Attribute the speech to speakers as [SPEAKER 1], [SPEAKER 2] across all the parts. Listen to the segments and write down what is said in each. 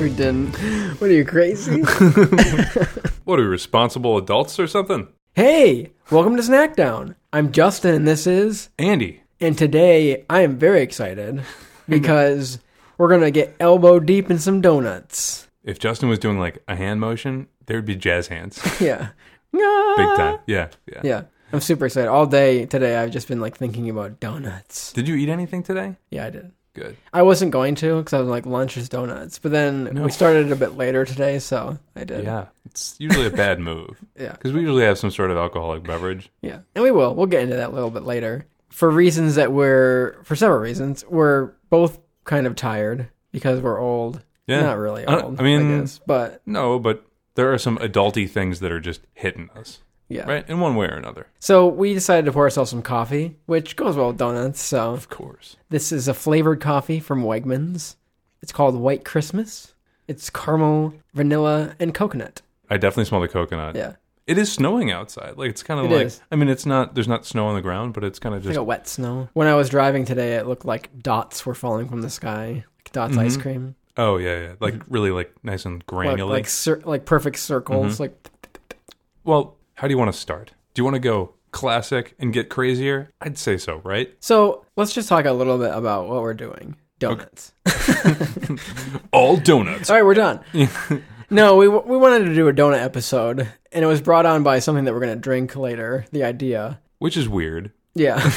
[SPEAKER 1] we didn't. What are you crazy?
[SPEAKER 2] What are we, responsible adults or something?
[SPEAKER 1] hey, welcome to Snackdown. I'm Justin, and this is.
[SPEAKER 2] Andy.
[SPEAKER 1] And today I am very excited because we're gonna get elbow deep in some donuts.
[SPEAKER 2] If Justin was doing like a hand motion, there'd be jazz hands.
[SPEAKER 1] Yeah.
[SPEAKER 2] Big time. Yeah, yeah.
[SPEAKER 1] Yeah. I'm super excited. All day today I've just been like thinking about donuts.
[SPEAKER 2] Did you eat anything today?
[SPEAKER 1] Yeah, I did.
[SPEAKER 2] Good.
[SPEAKER 1] I wasn't going to because I was like lunch is donuts, but then
[SPEAKER 2] No.
[SPEAKER 1] we started a bit later today, so I did.
[SPEAKER 2] Yeah. It's usually a bad move.
[SPEAKER 1] Yeah.
[SPEAKER 2] Because we usually have some sort of alcoholic beverage.
[SPEAKER 1] Yeah. And we will. We'll get into that a little bit later. For reasons that we're for several reasons, we're both kind of tired because we're old.
[SPEAKER 2] Yeah.
[SPEAKER 1] Not really
[SPEAKER 2] I-
[SPEAKER 1] old.
[SPEAKER 2] I mean-
[SPEAKER 1] I guess, but
[SPEAKER 2] No, but there are some adulty things that are just hitting us,
[SPEAKER 1] yeah.
[SPEAKER 2] right? In one way or another.
[SPEAKER 1] So we decided to pour ourselves some coffee, which goes well with donuts. So
[SPEAKER 2] Of course.
[SPEAKER 1] this is a flavored coffee from Wegmans. It's called White Christmas. It's caramel, vanilla, and coconut.
[SPEAKER 2] I definitely smell the coconut.
[SPEAKER 1] Yeah,
[SPEAKER 2] It is snowing outside. Like, it's kind of
[SPEAKER 1] It
[SPEAKER 2] like,
[SPEAKER 1] is.
[SPEAKER 2] I mean, it's not, there's not snow on the ground, but it's kind of
[SPEAKER 1] like
[SPEAKER 2] just,
[SPEAKER 1] a wet snow. When I was driving today, it looked like dots were falling from the sky. Like dots ice cream,
[SPEAKER 2] oh, yeah, yeah. Like, really, like, nice and
[SPEAKER 1] like
[SPEAKER 2] granular.
[SPEAKER 1] like, cir- like perfect circles.
[SPEAKER 2] Mm-hmm.
[SPEAKER 1] Like
[SPEAKER 2] Well, how do you want to start? Do you want to go classic and get crazier? I'd say so, right?
[SPEAKER 1] so, let's just talk a little bit about what we're doing. Donuts.
[SPEAKER 2] All donuts.
[SPEAKER 1] All right, we're done. no, we we wanted to do a donut episode, and it was brought on by something that we're gonna drink later. The idea.
[SPEAKER 2] Which is weird.
[SPEAKER 1] Yeah.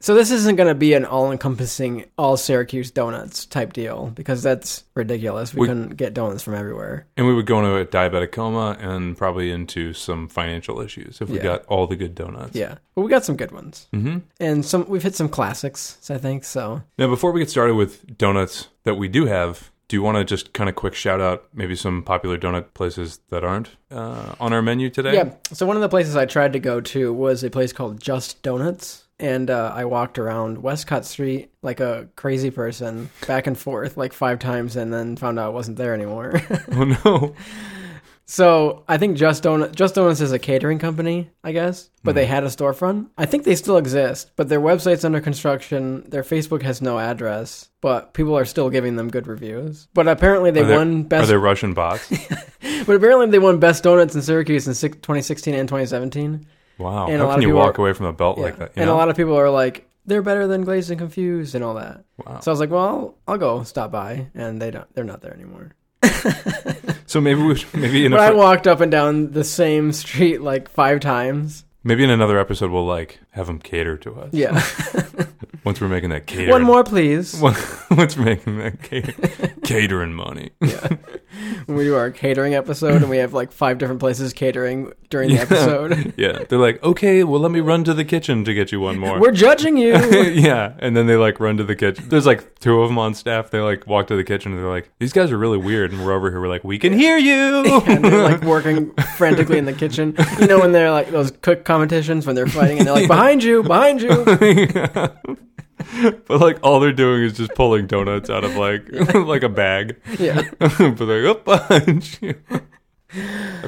[SPEAKER 1] so this isn't going to be an all-encompassing all Syracuse donuts type deal because that's ridiculous. We,
[SPEAKER 2] We-
[SPEAKER 1] couldn't get donuts from everywhere.
[SPEAKER 2] And we would go into a diabetic coma and probably into some financial issues if we
[SPEAKER 1] Yeah.
[SPEAKER 2] got all the good donuts.
[SPEAKER 1] Yeah, but we got some good ones,
[SPEAKER 2] hmm
[SPEAKER 1] and some we've hit some classics. I think so.
[SPEAKER 2] Now, before we get started with donuts that we do have, do you want to just kind of quick shout out maybe some popular donut places that aren't uh, on our menu today?
[SPEAKER 1] Yeah. So one of the places I tried to go to was a place called Just Donuts. And uh, I walked around Westcott Street like a crazy person, back and forth like five times, and then found out it wasn't there anymore.
[SPEAKER 2] Oh, no.
[SPEAKER 1] So I think Just Donuts, Just Donuts is a catering company, I guess, but
[SPEAKER 2] Hmm.
[SPEAKER 1] they had a storefront. I think they still exist, but their website's under construction. Their Facebook has no address, but people are still giving them good reviews. But apparently they
[SPEAKER 2] Are there-
[SPEAKER 1] won
[SPEAKER 2] Are
[SPEAKER 1] best.
[SPEAKER 2] there Russian bots?
[SPEAKER 1] but apparently they won best donuts in Syracuse in six, 2016 and 2017.
[SPEAKER 2] Wow.
[SPEAKER 1] And a
[SPEAKER 2] how
[SPEAKER 1] lot
[SPEAKER 2] can
[SPEAKER 1] of
[SPEAKER 2] you
[SPEAKER 1] people
[SPEAKER 2] walk
[SPEAKER 1] are-
[SPEAKER 2] away from a belt
[SPEAKER 1] Yeah.
[SPEAKER 2] like that? You
[SPEAKER 1] and
[SPEAKER 2] know?
[SPEAKER 1] a lot of people are like, they're better than Glazed and Confused and all that.
[SPEAKER 2] wow.
[SPEAKER 1] So I was like, well, I'll go stop by, and they don't. They're not there anymore.
[SPEAKER 2] So maybe we should, maybe in a
[SPEAKER 1] But I
[SPEAKER 2] fr-
[SPEAKER 1] walked up and down the same street like five times.
[SPEAKER 2] Maybe in another episode we'll like have them cater to us.
[SPEAKER 1] Yeah.
[SPEAKER 2] Once we're making that catering.
[SPEAKER 1] One more, please.
[SPEAKER 2] Once we're making that cater- catering money.
[SPEAKER 1] we do our catering episode and we have like five different places catering during the
[SPEAKER 2] Yeah.
[SPEAKER 1] episode.
[SPEAKER 2] Yeah. They're like, okay, well let me run to the kitchen to get you one more.
[SPEAKER 1] We're judging you.
[SPEAKER 2] yeah. And then they like run to the kitchen. There's like two of them on staff. They like walk to the kitchen and they're like, these guys are really weird. And we're over here. We're like, we can hear you.
[SPEAKER 1] and they're like working frantically in the kitchen. You know when they're like those cook competitions when they're fighting and they're like behind you, behind you.
[SPEAKER 2] but like all they're doing is just pulling donuts out of like like a bag.
[SPEAKER 1] Yeah.
[SPEAKER 2] but like a bunch. I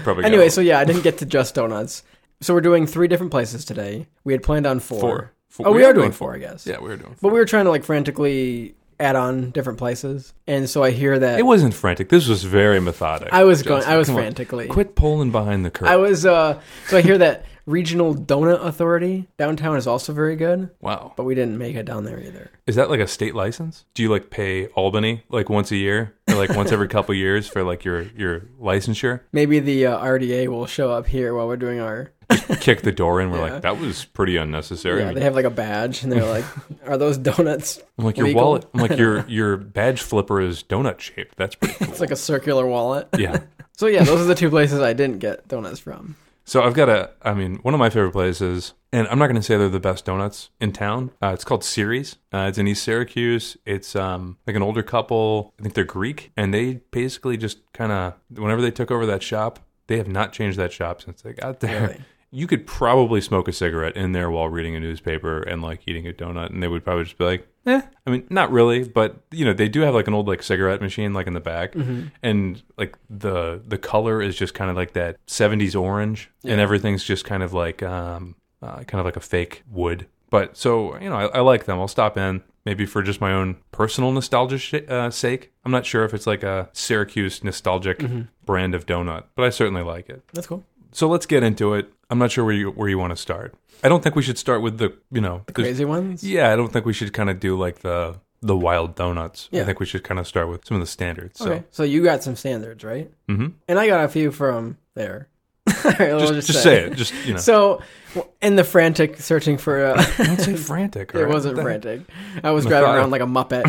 [SPEAKER 2] probably got
[SPEAKER 1] Anyway,
[SPEAKER 2] all-
[SPEAKER 1] so yeah, I didn't get to just donuts. So we're doing three different places today. We had planned on four.
[SPEAKER 2] Four. Four-
[SPEAKER 1] Oh, we,
[SPEAKER 2] we
[SPEAKER 1] are
[SPEAKER 2] are
[SPEAKER 1] doing,
[SPEAKER 2] doing
[SPEAKER 1] four, I guess.
[SPEAKER 2] yeah, we were doing.
[SPEAKER 1] But we were trying to like frantically add on different places, and so I hear that
[SPEAKER 2] It wasn't frantic. This was very methodic.
[SPEAKER 1] I was going.
[SPEAKER 2] Justin.
[SPEAKER 1] I was
[SPEAKER 2] Come on.
[SPEAKER 1] frantically.
[SPEAKER 2] Quit pulling behind the curtain.
[SPEAKER 1] I was uh so I hear that regional donut authority downtown is also very good,
[SPEAKER 2] wow.
[SPEAKER 1] but we didn't make it down there either.
[SPEAKER 2] Is that like a state license? Do you like pay Albany like once a year or like once every couple years for like your your licensure?
[SPEAKER 1] Maybe the uh, RDA will show up here while we're doing our
[SPEAKER 2] Kick the door in. We're
[SPEAKER 1] Yeah.
[SPEAKER 2] like that was pretty unnecessary.
[SPEAKER 1] yeah, they have like a badge and they're like, "Are those donuts?"
[SPEAKER 2] I'm like your
[SPEAKER 1] legal?
[SPEAKER 2] wallet. I'm like your your badge flipper is donut shaped. That's pretty cool.
[SPEAKER 1] It's like a circular wallet.
[SPEAKER 2] yeah.
[SPEAKER 1] So yeah, those are the two places I didn't get donuts from.
[SPEAKER 2] So I've got a, I mean, one of my favorite places, and I'm not going to say they're the best donuts in town. Uh, it's called Ceres. Uh, it's in East Syracuse. It's um, like an older couple. I think they're Greek, and they basically just kind of, whenever they took over that shop, they have not changed that shop since they got there.
[SPEAKER 1] Really?
[SPEAKER 2] You could probably smoke a cigarette in there while reading a newspaper and like eating a donut, and they would probably just be like, "Eh." I mean, not really, but you know, they do have like an old like cigarette machine like in the back, and like the the color is just kind of like that '70s orange, and everything's just kind of like um, uh, kind of like a fake wood. But so you know, I, I like them. I'll stop in. maybe for just my own personal nostalgia sh- uh, sake. I'm not sure if it's like a Syracuse nostalgic brand of donut, but I certainly like it.
[SPEAKER 1] That's cool.
[SPEAKER 2] So let's get into it. I'm not sure where you where you want to start. I don't think we should start with the you know the-
[SPEAKER 1] Crazy ones.
[SPEAKER 2] yeah. I don't think we should kind of do like the the wild donuts.
[SPEAKER 1] Yeah.
[SPEAKER 2] I think we should kind of start with some of the standards. So
[SPEAKER 1] Okay. So you got some standards, right?
[SPEAKER 2] hmm
[SPEAKER 1] And I got a few from there. All right, we'll
[SPEAKER 2] just, just say it. Just you know,
[SPEAKER 1] So, w- in the frantic searching for, uh,
[SPEAKER 2] don't say frantic. all
[SPEAKER 1] it
[SPEAKER 2] right?
[SPEAKER 1] wasn't
[SPEAKER 2] What the
[SPEAKER 1] frantic. I was driving around like a muppet.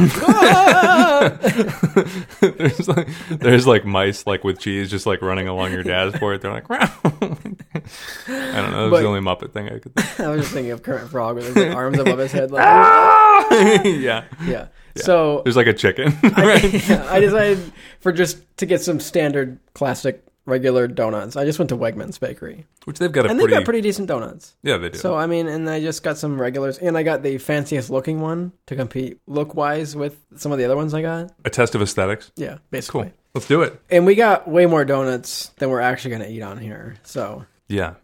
[SPEAKER 2] there's like there's like mice like with cheese just like running along your dashboard. They're like, "Wow." I don't know. That was
[SPEAKER 1] But-
[SPEAKER 2] the only Muppet thing I could. Think.
[SPEAKER 1] I was just thinking of Kermit Frog with his like, arms above his head. Like,
[SPEAKER 2] yeah,
[SPEAKER 1] yeah. So
[SPEAKER 2] there's like a chicken. right?
[SPEAKER 1] yeah, Ah! I decided for just to get some standard, classic, regular donuts. I just went to Wegmans Bakery,
[SPEAKER 2] Which they've got a
[SPEAKER 1] and
[SPEAKER 2] pretty,
[SPEAKER 1] they got pretty decent donuts.
[SPEAKER 2] Yeah, they do.
[SPEAKER 1] So I mean, and I just got some regulars, and I got the fanciest looking one to compete look wise with some of the other ones I got.
[SPEAKER 2] a test of aesthetics.
[SPEAKER 1] Yeah,
[SPEAKER 2] Cool.
[SPEAKER 1] basically.
[SPEAKER 2] Let's do it.
[SPEAKER 1] And we got way more donuts than we're actually going to eat on here. So
[SPEAKER 2] Yeah.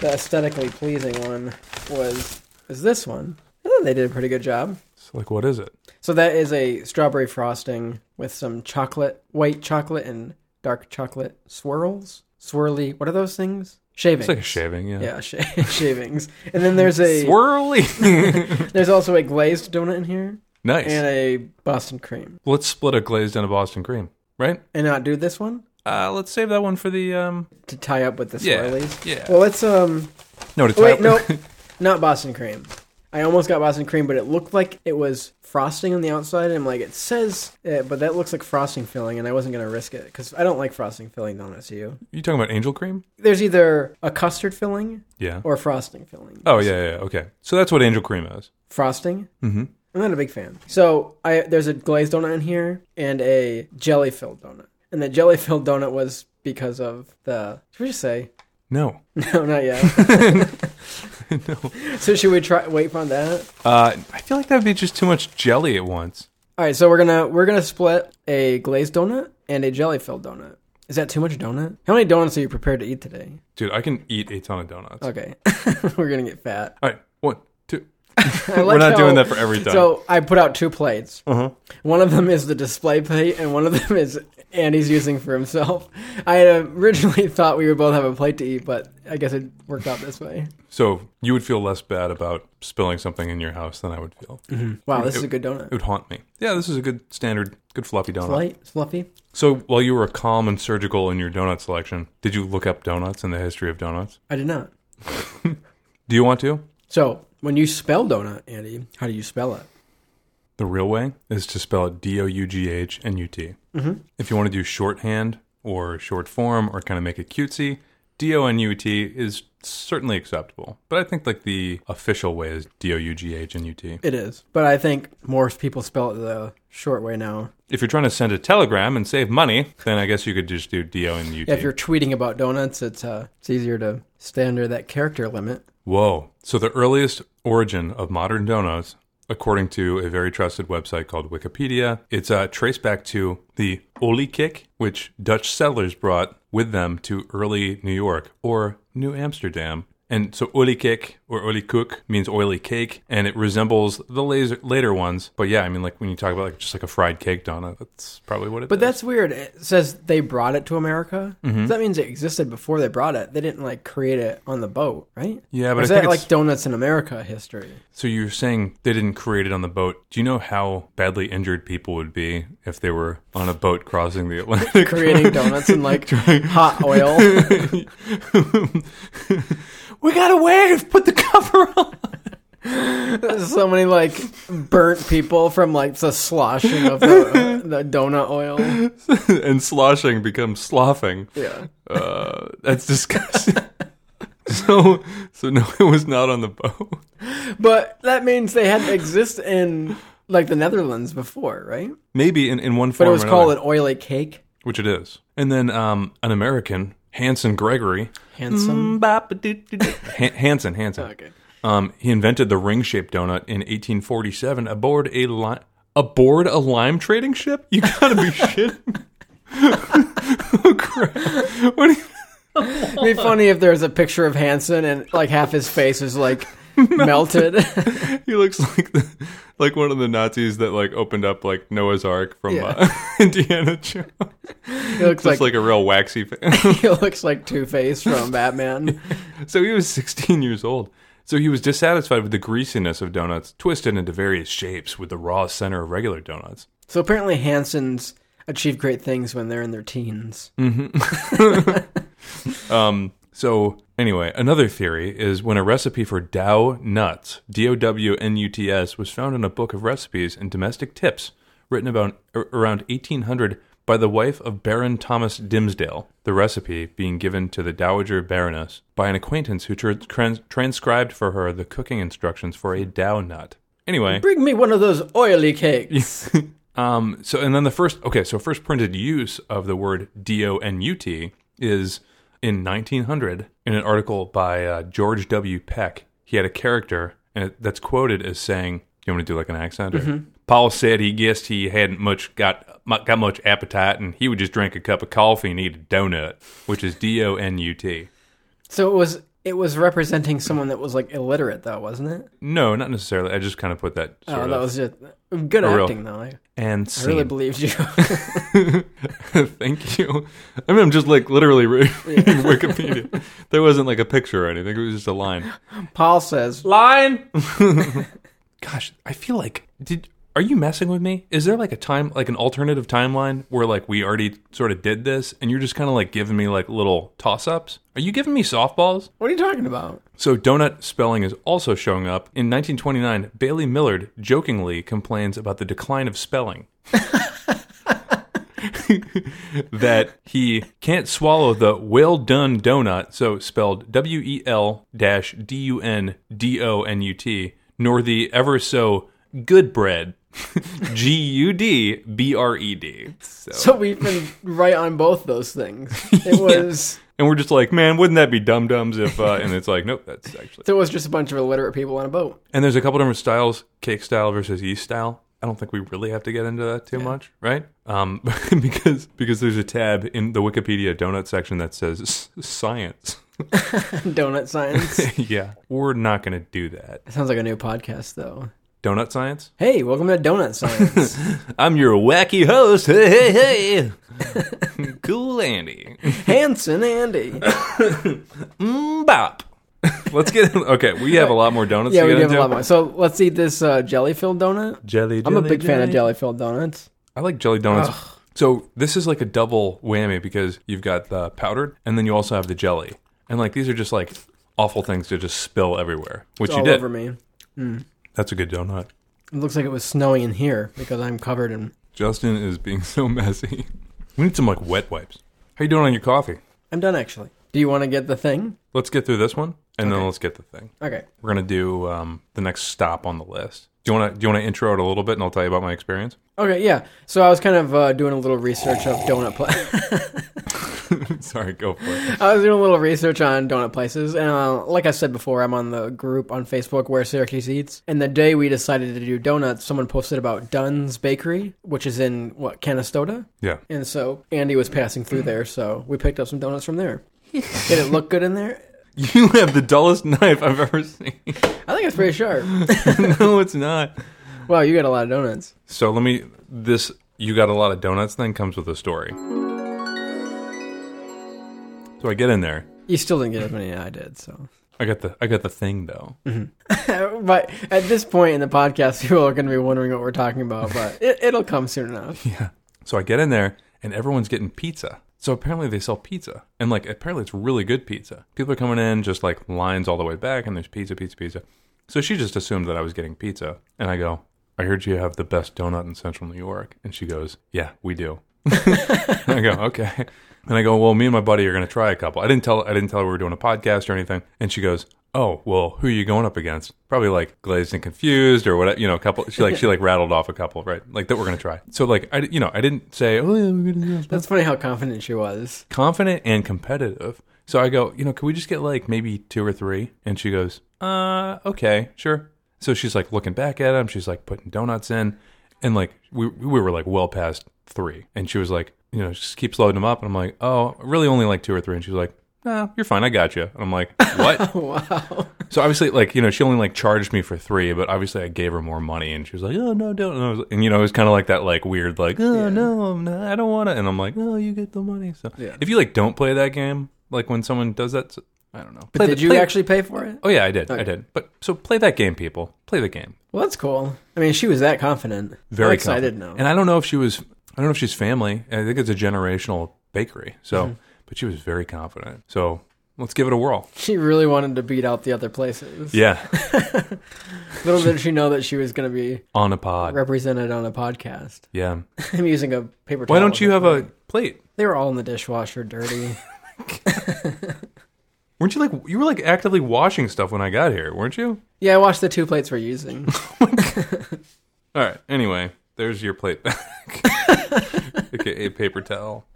[SPEAKER 1] the aesthetically pleasing one was is this one. I thought they did a pretty good job.
[SPEAKER 2] So like, what is it?
[SPEAKER 1] So that is a strawberry frosting with some chocolate, white chocolate, and dark chocolate swirls, swirly. What are those things? Shavings.
[SPEAKER 2] It's like a shaving. Yeah.
[SPEAKER 1] Yeah, sh- shavings. And then there's a
[SPEAKER 2] Swirly.
[SPEAKER 1] there's also a glazed donut in here
[SPEAKER 2] nice.
[SPEAKER 1] and a Boston cream.
[SPEAKER 2] let's split a glazed and a Boston cream. Right.
[SPEAKER 1] And not do this one
[SPEAKER 2] Uh, let's save that one for the um.
[SPEAKER 1] to tie up with the
[SPEAKER 2] Yeah.
[SPEAKER 1] swirlies.
[SPEAKER 2] Yeah.
[SPEAKER 1] Well, let's um
[SPEAKER 2] No. To tie
[SPEAKER 1] Wait,
[SPEAKER 2] up-
[SPEAKER 1] no, not Boston cream. I almost got Boston cream, but it looked like it was frosting on the outside, and I'm like, it says, it, but that looks like frosting filling, and I wasn't gonna risk it because I don't like frosting filling donuts. do You,
[SPEAKER 2] You talking about angel cream?
[SPEAKER 1] there's either a custard filling
[SPEAKER 2] Yeah.
[SPEAKER 1] or frosting filling.
[SPEAKER 2] Oh yeah, yeah, yeah, okay. So that's what angel cream is.
[SPEAKER 1] Frosting.
[SPEAKER 2] Mm-hmm.
[SPEAKER 1] I'm not a big fan. So I there's a glazed donut in here and a jelly filled donut, and the jelly filled donut was because of the. Should we just say
[SPEAKER 2] No,
[SPEAKER 1] no? Not yet. so should we try wait on that?
[SPEAKER 2] uh, I feel like that'd be just too much jelly at once.
[SPEAKER 1] All right, so we're gonna we're gonna split a glazed donut and a jelly filled donut. Is that too much donut? How many donuts are you prepared to eat today?
[SPEAKER 2] Dude, I can eat a ton of donuts.
[SPEAKER 1] Okay, we're gonna get fat.
[SPEAKER 2] All right, one, two.
[SPEAKER 1] I
[SPEAKER 2] We're
[SPEAKER 1] like
[SPEAKER 2] not
[SPEAKER 1] how-
[SPEAKER 2] doing that for Uh-huh. every donut.
[SPEAKER 1] So I put out two plates. One of them is the display plate, and one of them is Andy's using for himself. I had originally thought we would both have a plate to eat, but I guess it worked out this way.
[SPEAKER 2] so you would feel less bad about spilling something in your house than I would feel. It
[SPEAKER 1] Wow, this is a good donut.
[SPEAKER 2] would haunt me. Yeah, this is a good standard, good fluffy donut.
[SPEAKER 1] Light, fluffy.
[SPEAKER 2] So while you were calm and surgical in your donut selection, did you look up donuts and the history of donuts?
[SPEAKER 1] I did not.
[SPEAKER 2] Do you want to?
[SPEAKER 1] So when you spell donut, Andy, how do you spell it?
[SPEAKER 2] The real way is to spell it D O U G H N U T.
[SPEAKER 1] Mm-hmm.
[SPEAKER 2] If you want to do shorthand or short form or kind of make it cutesy, D O N U T is certainly acceptable. But I think like the official way is D O U G H N U T.
[SPEAKER 1] It is, but I think more people spell it the short way now.
[SPEAKER 2] If you're trying to send a telegram and save money, then I guess you could just do D O N U
[SPEAKER 1] Yeah, if
[SPEAKER 2] T.
[SPEAKER 1] you're tweeting about donuts, it's uh, it's easier to stay under that character limit.
[SPEAKER 2] Whoa. So the earliest origin of modern donuts, according to a very trusted website called Wikipedia, it's uh, traced back to the oliekick, which Dutch settlers brought with them to early New York or New Amsterdam. And so oliekick or oliekoek means oily cake, and it resembles the laser, later ones. But yeah, I mean, like when you talk about like just like a fried cake donut, that's probably what it
[SPEAKER 1] But that's weird. It says they brought it to America. So that means it existed before they brought it. They didn't like create it on the boat, right?
[SPEAKER 2] Yeah, but
[SPEAKER 1] Or is
[SPEAKER 2] I think
[SPEAKER 1] that
[SPEAKER 2] it's-
[SPEAKER 1] like donuts in America history?
[SPEAKER 2] So you're saying they didn't create it on the boat. Do you know how badly injured people would be if they were on a boat crossing the Atlantic?
[SPEAKER 1] Creating donuts in like hot oil.
[SPEAKER 2] we got a wave! Put the cover on!
[SPEAKER 1] so many like burnt people from like the sloshing of the, the donut oil.
[SPEAKER 2] and sloshing becomes sloughing.
[SPEAKER 1] Yeah.
[SPEAKER 2] Uh, that's disgusting. so, so no, it was not on the boat.
[SPEAKER 1] But that means they had to exist in like the Netherlands before, right?
[SPEAKER 2] Maybe in, in one
[SPEAKER 1] But
[SPEAKER 2] form
[SPEAKER 1] it was
[SPEAKER 2] or
[SPEAKER 1] called
[SPEAKER 2] another,
[SPEAKER 1] an oily cake.
[SPEAKER 2] which it is. And then um, an American, Hanson Gregory.
[SPEAKER 1] Handsome.
[SPEAKER 2] Han- Hanson, Hanson.
[SPEAKER 1] Okay.
[SPEAKER 2] Um, he invented the ring-shaped donut in 1847 aboard a li- aboard a lime trading ship. You gotta be shitting. oh crap! What do you-
[SPEAKER 1] It'd be funny if there was a picture of Hanson and like half his face is like melted.
[SPEAKER 2] He looks like the, like one of the Nazis that like opened up like Noah's Ark from uh, Indiana Jones.
[SPEAKER 1] he looks
[SPEAKER 2] Just like,
[SPEAKER 1] like,
[SPEAKER 2] a real waxy fan.
[SPEAKER 1] he looks like Two Face from Batman.
[SPEAKER 2] so he was 16 years old. So he was dissatisfied with the greasiness of donuts, twisted into various shapes with the raw center of regular donuts.
[SPEAKER 1] So apparently Hansons achieve great things when they're in their teens.
[SPEAKER 2] Hmm. Um, so anyway, another theory is when a recipe for Dow nuts, D O W N U T S, was found in a book of recipes and domestic tips written about ar- around 1800 by the wife of Baron Thomas Dimsdale. The recipe being given to the Dowager Baroness by an acquaintance who tr- trans- transcribed for her the cooking instructions for a Dow nut. Anyway,
[SPEAKER 1] Bring me one of those oily cakes.
[SPEAKER 2] um, so and then the first okay, so first printed use of the word D O N U T is in 1900 in an article by uh, George W. Peck. He had a character and it, that's quoted as saying, "You want me to do like an accent?" Or,
[SPEAKER 1] Mm-hmm.
[SPEAKER 2] Paul said he guessed he hadn't much got mu- got much appetite, and he would just drink a cup of coffee and eat a donut, which is D O N U T.
[SPEAKER 1] so it was it was representing someone that was like illiterate though, wasn't it?
[SPEAKER 2] No, not necessarily. I just kind of put that. Sort
[SPEAKER 1] oh,
[SPEAKER 2] of.
[SPEAKER 1] that was just good
[SPEAKER 2] real-
[SPEAKER 1] acting though. I,
[SPEAKER 2] and
[SPEAKER 1] I really
[SPEAKER 2] scene.
[SPEAKER 1] believed you.
[SPEAKER 2] Thank you. I mean, I'm just like literally reading Wikipedia. There wasn't like a picture or anything. It was just a line.
[SPEAKER 1] Paul says,
[SPEAKER 2] Line. Gosh, I feel like did are you messing with me? Is there like a time like an alternative timeline where like we already sort of did this and you're just kind of like giving me like little toss-ups? Are you giving me softballs?
[SPEAKER 1] "What are you talking about?"
[SPEAKER 2] So donut spelling is also showing up. In 1929, Bailey Millard jokingly complains about the decline of spelling. that he can't swallow the well done donut, so spelled W E L D U N D O N U T, nor the ever so good bread, G U D B R E D. So.
[SPEAKER 1] So we've been right on both those things. It was
[SPEAKER 2] And we're just like, man, wouldn't that be dum dums if, uh, and it's like, nope, that's actually.
[SPEAKER 1] there was just a bunch of illiterate people on a boat.
[SPEAKER 2] And there's a couple different styles, cake style versus yeast style. I don't think we really have to get into that too much, right? Um, because because there's a tab in the Wikipedia donut section that says "S- science.
[SPEAKER 1] Donut science.
[SPEAKER 2] yeah, we're not going to do that.
[SPEAKER 1] Sounds like a new podcast though.
[SPEAKER 2] Donut science.
[SPEAKER 1] Hey, welcome to Donut Science.
[SPEAKER 2] I'm your wacky host. Hey, hey, hey. cool Andy.
[SPEAKER 1] Hanson Andy.
[SPEAKER 2] Mm, Bop. Let's get okay. We have a lot more donuts.
[SPEAKER 1] Yeah,
[SPEAKER 2] to
[SPEAKER 1] we
[SPEAKER 2] get
[SPEAKER 1] do have
[SPEAKER 2] into.
[SPEAKER 1] a lot more. So let's eat this uh, jelly filled donut.
[SPEAKER 2] Jelly,
[SPEAKER 1] I'm a big fan of
[SPEAKER 2] jelly.
[SPEAKER 1] jelly filled donuts.
[SPEAKER 2] I like jelly donuts. So this is like a double whammy because you've got the powdered and then you also have the jelly. And like these are just like awful things to just spill everywhere, which
[SPEAKER 1] It's
[SPEAKER 2] you
[SPEAKER 1] all
[SPEAKER 2] did.
[SPEAKER 1] over me.
[SPEAKER 2] That's a good donut.
[SPEAKER 1] It looks like it was snowing in here because I'm covered in.
[SPEAKER 2] Justin is being so messy. We need some like wet wipes. How you doing on your coffee?
[SPEAKER 1] I'm done actually. Do you want to get the thing?
[SPEAKER 2] Let's get through this one and then
[SPEAKER 1] Okay.
[SPEAKER 2] let's get the thing.
[SPEAKER 1] Okay.
[SPEAKER 2] We're gonna do um, the next stop on the list. Do you wanna do you wanna intro it a little bit and I'll tell you about my experience?
[SPEAKER 1] Okay, yeah. So I was kind of uh, doing a little research of donut pla-
[SPEAKER 2] Sorry, go for it.
[SPEAKER 1] I was doing a little research on donut places, and uh, like I said before, I'm on the group on Facebook where Syracuse eats. And the day we decided to do donuts, someone posted about Dunn's Bakery, which is in what Canastota,
[SPEAKER 2] Yeah.
[SPEAKER 1] and so Andy was passing through there, so we picked up some donuts from there. Did it look good in there?
[SPEAKER 2] You have the dullest knife I've ever seen.
[SPEAKER 1] I think it's pretty sharp.
[SPEAKER 2] no, it's not.
[SPEAKER 1] Wow, you got a lot of donuts.
[SPEAKER 2] So let me this you got a lot of donuts thing comes with a story. So I get in there.
[SPEAKER 1] You still didn't get as many as I did, so.
[SPEAKER 2] I got the I got the thing though.
[SPEAKER 1] but at this point in the podcast, people are going to be wondering what we're talking about, but it, it'll come soon enough.
[SPEAKER 2] Yeah. So I get in there and everyone's getting pizza. So apparently they sell pizza. And like apparently it's really good pizza. People are coming in just like lines all the way back and there's pizza, pizza, pizza. So she just assumed that I was getting pizza. And I go, I heard you have the best donut in central New York. And she goes, Yeah, we do. And I go, okay. And I go, well, me and my buddy are going to try a couple. I didn't tell, I didn't tell her we were doing a podcast or anything. And she goes, oh, well, who are you going up against? Probably like Glazed and Confused or whatever, you know, a couple. She like, she like rattled off a couple, right? Like that we're going to try. So like, I, you know, I didn't say, oh, yeah, we're going to do this.
[SPEAKER 1] That's funny how confident she was.
[SPEAKER 2] Confident and competitive. So I go, you know, can we just get like maybe two or three? And she goes, uh, okay, sure. So she's like looking back at him. She's like putting donuts in. And like, we, we were like well past three. And she was like, you know, just keeps loading them up. And I'm like, oh, really only like two or three. And she's like, no, you're fine. I got you. And I'm like, what?
[SPEAKER 1] wow.
[SPEAKER 2] so obviously, like, you know, she only like charged me for three, but obviously I gave her more money and she was like, oh, no, don't. And, I was, and you know, it was kind of like that, like, weird, like, oh,
[SPEAKER 1] Yeah.
[SPEAKER 2] no, I'm not, I don't want to. And I'm like, no, you get the money. So
[SPEAKER 1] Yeah.
[SPEAKER 2] if you like don't play that game, like when someone does that, so- I don't know.
[SPEAKER 1] But
[SPEAKER 2] Play
[SPEAKER 1] did
[SPEAKER 2] the-
[SPEAKER 1] you
[SPEAKER 2] play-
[SPEAKER 1] actually pay for it?
[SPEAKER 2] Oh, yeah, I did. I
[SPEAKER 1] Okay.
[SPEAKER 2] did. But so play that game, people. Play the game.
[SPEAKER 1] Well, that's cool. I mean, she was that confident.
[SPEAKER 2] Very
[SPEAKER 1] I'm excited now.
[SPEAKER 2] confident. And I don't know if she was. I don't know if she's family. I think it's a generational bakery. So,
[SPEAKER 1] Mm-hmm.
[SPEAKER 2] but she was very confident. So let's give it a whirl.
[SPEAKER 1] She really wanted to beat out the other places.
[SPEAKER 2] Yeah,
[SPEAKER 1] Little did she know that she was going to be
[SPEAKER 2] on a pod.
[SPEAKER 1] represented on a podcast.
[SPEAKER 2] Yeah.
[SPEAKER 1] I'm using a paper.
[SPEAKER 2] Why
[SPEAKER 1] towel
[SPEAKER 2] don't
[SPEAKER 1] as
[SPEAKER 2] you have
[SPEAKER 1] point.
[SPEAKER 2] a plate?
[SPEAKER 1] They were all in the dishwasher, dirty.
[SPEAKER 2] Weren't you like you were like actively washing stuff when I got here, weren't you?
[SPEAKER 1] yeah, I watched the two plates we're using.
[SPEAKER 2] All right. Anyway, there's your plate back. okay, a paper towel.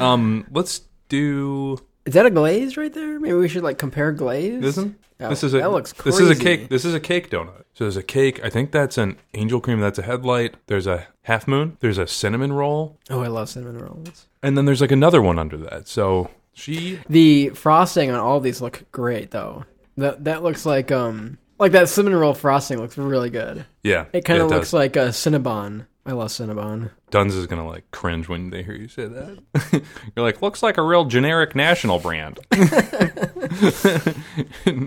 [SPEAKER 2] Um, let's do
[SPEAKER 1] Is that a glaze right there? Maybe we should like compare glaze.
[SPEAKER 2] this one.
[SPEAKER 1] Oh,
[SPEAKER 2] this is a
[SPEAKER 1] that looks
[SPEAKER 2] this is a
[SPEAKER 1] crazy.
[SPEAKER 2] cake. This is a cake donut. So there's a cake. I think that's an angel cream. That's a headlight. There's a half moon. There's a cinnamon roll,
[SPEAKER 1] Oh, I love cinnamon rolls.
[SPEAKER 2] and then there's like another one under that. So she
[SPEAKER 1] The frosting on all these look great though. That that looks like um like that cinnamon roll frosting looks really good.
[SPEAKER 2] yeah,
[SPEAKER 1] It kind of
[SPEAKER 2] yeah,
[SPEAKER 1] looks
[SPEAKER 2] does.
[SPEAKER 1] like a Cinnabon. I love Cinnabon.
[SPEAKER 2] Duns is gonna like cringe when they hear you say that. You're like, looks like a real generic national brand.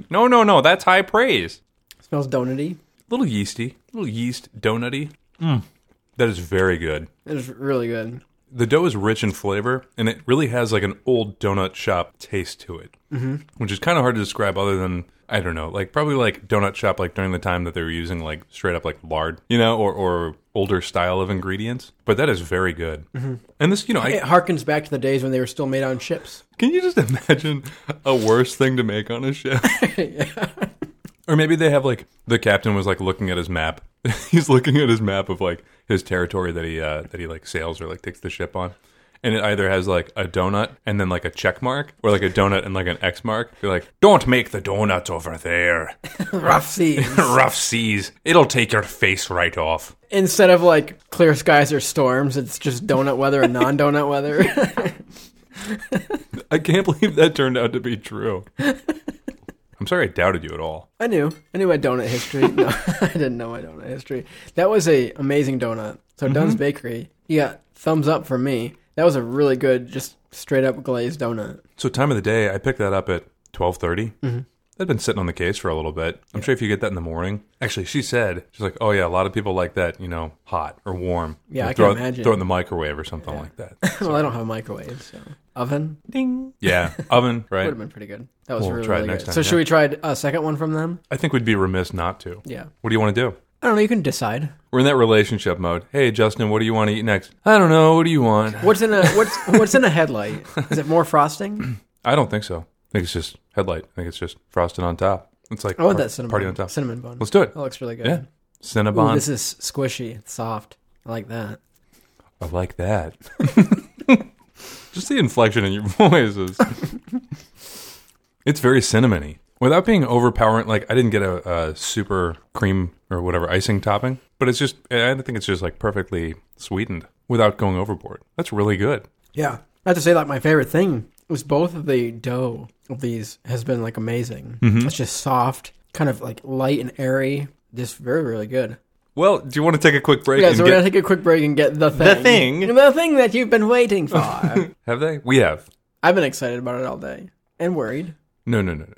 [SPEAKER 2] no, no, no, that's high praise.
[SPEAKER 1] smells donutty.
[SPEAKER 2] little yeasty, little yeast donutty. Mm. That is very good.
[SPEAKER 1] It's really good.
[SPEAKER 2] The dough is rich in flavor, and it really has like an old donut shop taste to it, mm-hmm. which is kind of hard to describe other than I don't know, like probably like donut shop like during the time that they were using like straight up like lard, you know, or or older style of ingredients. But that is very good, mm-hmm. and this, you know, I,
[SPEAKER 1] It harkens back to the days when they were still made on ships.
[SPEAKER 2] can you just imagine a worse thing to make on a ship? Or maybe they have like the captain was like looking at his map. He's looking at his map of like his territory that he uh, that he like sails or like takes the ship on. And it either has like a donut and then like a check mark, or like a donut and like an X mark. You're like, don't make the donuts over there.
[SPEAKER 1] Rough seas.
[SPEAKER 2] Rough seas. It'll take your face right off.
[SPEAKER 1] Instead of like clear skies or storms, it's just donut weather and non donut weather.
[SPEAKER 2] I can't believe that turned out to be true. I'm sorry I doubted you at all.
[SPEAKER 1] I knew. I knew my donut history. No, I didn't know my donut history. That was a amazing donut. So
[SPEAKER 2] Mm-hmm.
[SPEAKER 1] Dunn's Bakery, you got thumbs up from me. That was a really good, just straight up glazed donut.
[SPEAKER 2] So time of the day, I picked that up at twelve
[SPEAKER 1] Mm-hmm.
[SPEAKER 2] That'd been sitting on the case for a little bit. I'm sure if you get that in the morning. Actually, she said she's like, "Oh yeah, a lot of people like that, you know, hot or warm.
[SPEAKER 1] Yeah,
[SPEAKER 2] You
[SPEAKER 1] I
[SPEAKER 2] throw
[SPEAKER 1] can
[SPEAKER 2] it,
[SPEAKER 1] imagine.
[SPEAKER 2] Throw it in the microwave or something like that.
[SPEAKER 1] well, I don't have a microwave, so oven
[SPEAKER 2] Ding. Yeah, oven.
[SPEAKER 1] would
[SPEAKER 2] Right.
[SPEAKER 1] have been pretty good. That was
[SPEAKER 2] We'll
[SPEAKER 1] really,
[SPEAKER 2] try it
[SPEAKER 1] really
[SPEAKER 2] next
[SPEAKER 1] good.
[SPEAKER 2] time,
[SPEAKER 1] so
[SPEAKER 2] yeah.
[SPEAKER 1] should we try a second one from them?
[SPEAKER 2] I think we'd be remiss not to.
[SPEAKER 1] Yeah.
[SPEAKER 2] What do you want to do?
[SPEAKER 1] I don't know. You can decide.
[SPEAKER 2] We're in that relationship mode. Hey, Justin, what do you want to eat next? I don't know. What do you want?
[SPEAKER 1] What's in a what's what's in a headlight? Is it more frosting?
[SPEAKER 2] I don't think so. I think it's just headlight. I think it's just frosted on top. It's like
[SPEAKER 1] I want
[SPEAKER 2] par-
[SPEAKER 1] that cinnamon
[SPEAKER 2] party on top.
[SPEAKER 1] cinnamon bun.
[SPEAKER 2] Let's do it.
[SPEAKER 1] That looks really good.
[SPEAKER 2] Yeah,
[SPEAKER 1] Ooh,
[SPEAKER 2] Cinnabon.
[SPEAKER 1] this is squishy, it's soft. I like that.
[SPEAKER 2] I like that. Just the inflection in your voices. it's very cinnamony. Without being overpowering, like I didn't get a, a super cream or whatever icing topping, but it's just, I think it's just like perfectly sweetened without going overboard. That's really good.
[SPEAKER 1] Yeah. I have to say, like, my favorite thing was both of the dough of these has been, like, amazing.
[SPEAKER 2] Mm-hmm.
[SPEAKER 1] It's just soft, kind of, like, light and airy. Just very, really good.
[SPEAKER 2] Well, do you want to take a quick break?
[SPEAKER 1] Yeah,
[SPEAKER 2] and
[SPEAKER 1] so we're
[SPEAKER 2] get-
[SPEAKER 1] going to take a quick break and get the thing.
[SPEAKER 2] thing.
[SPEAKER 1] The thing that you've been waiting for.
[SPEAKER 2] have they? We have.
[SPEAKER 1] I've been excited about it all day and worried.
[SPEAKER 2] No, no, no, no, no.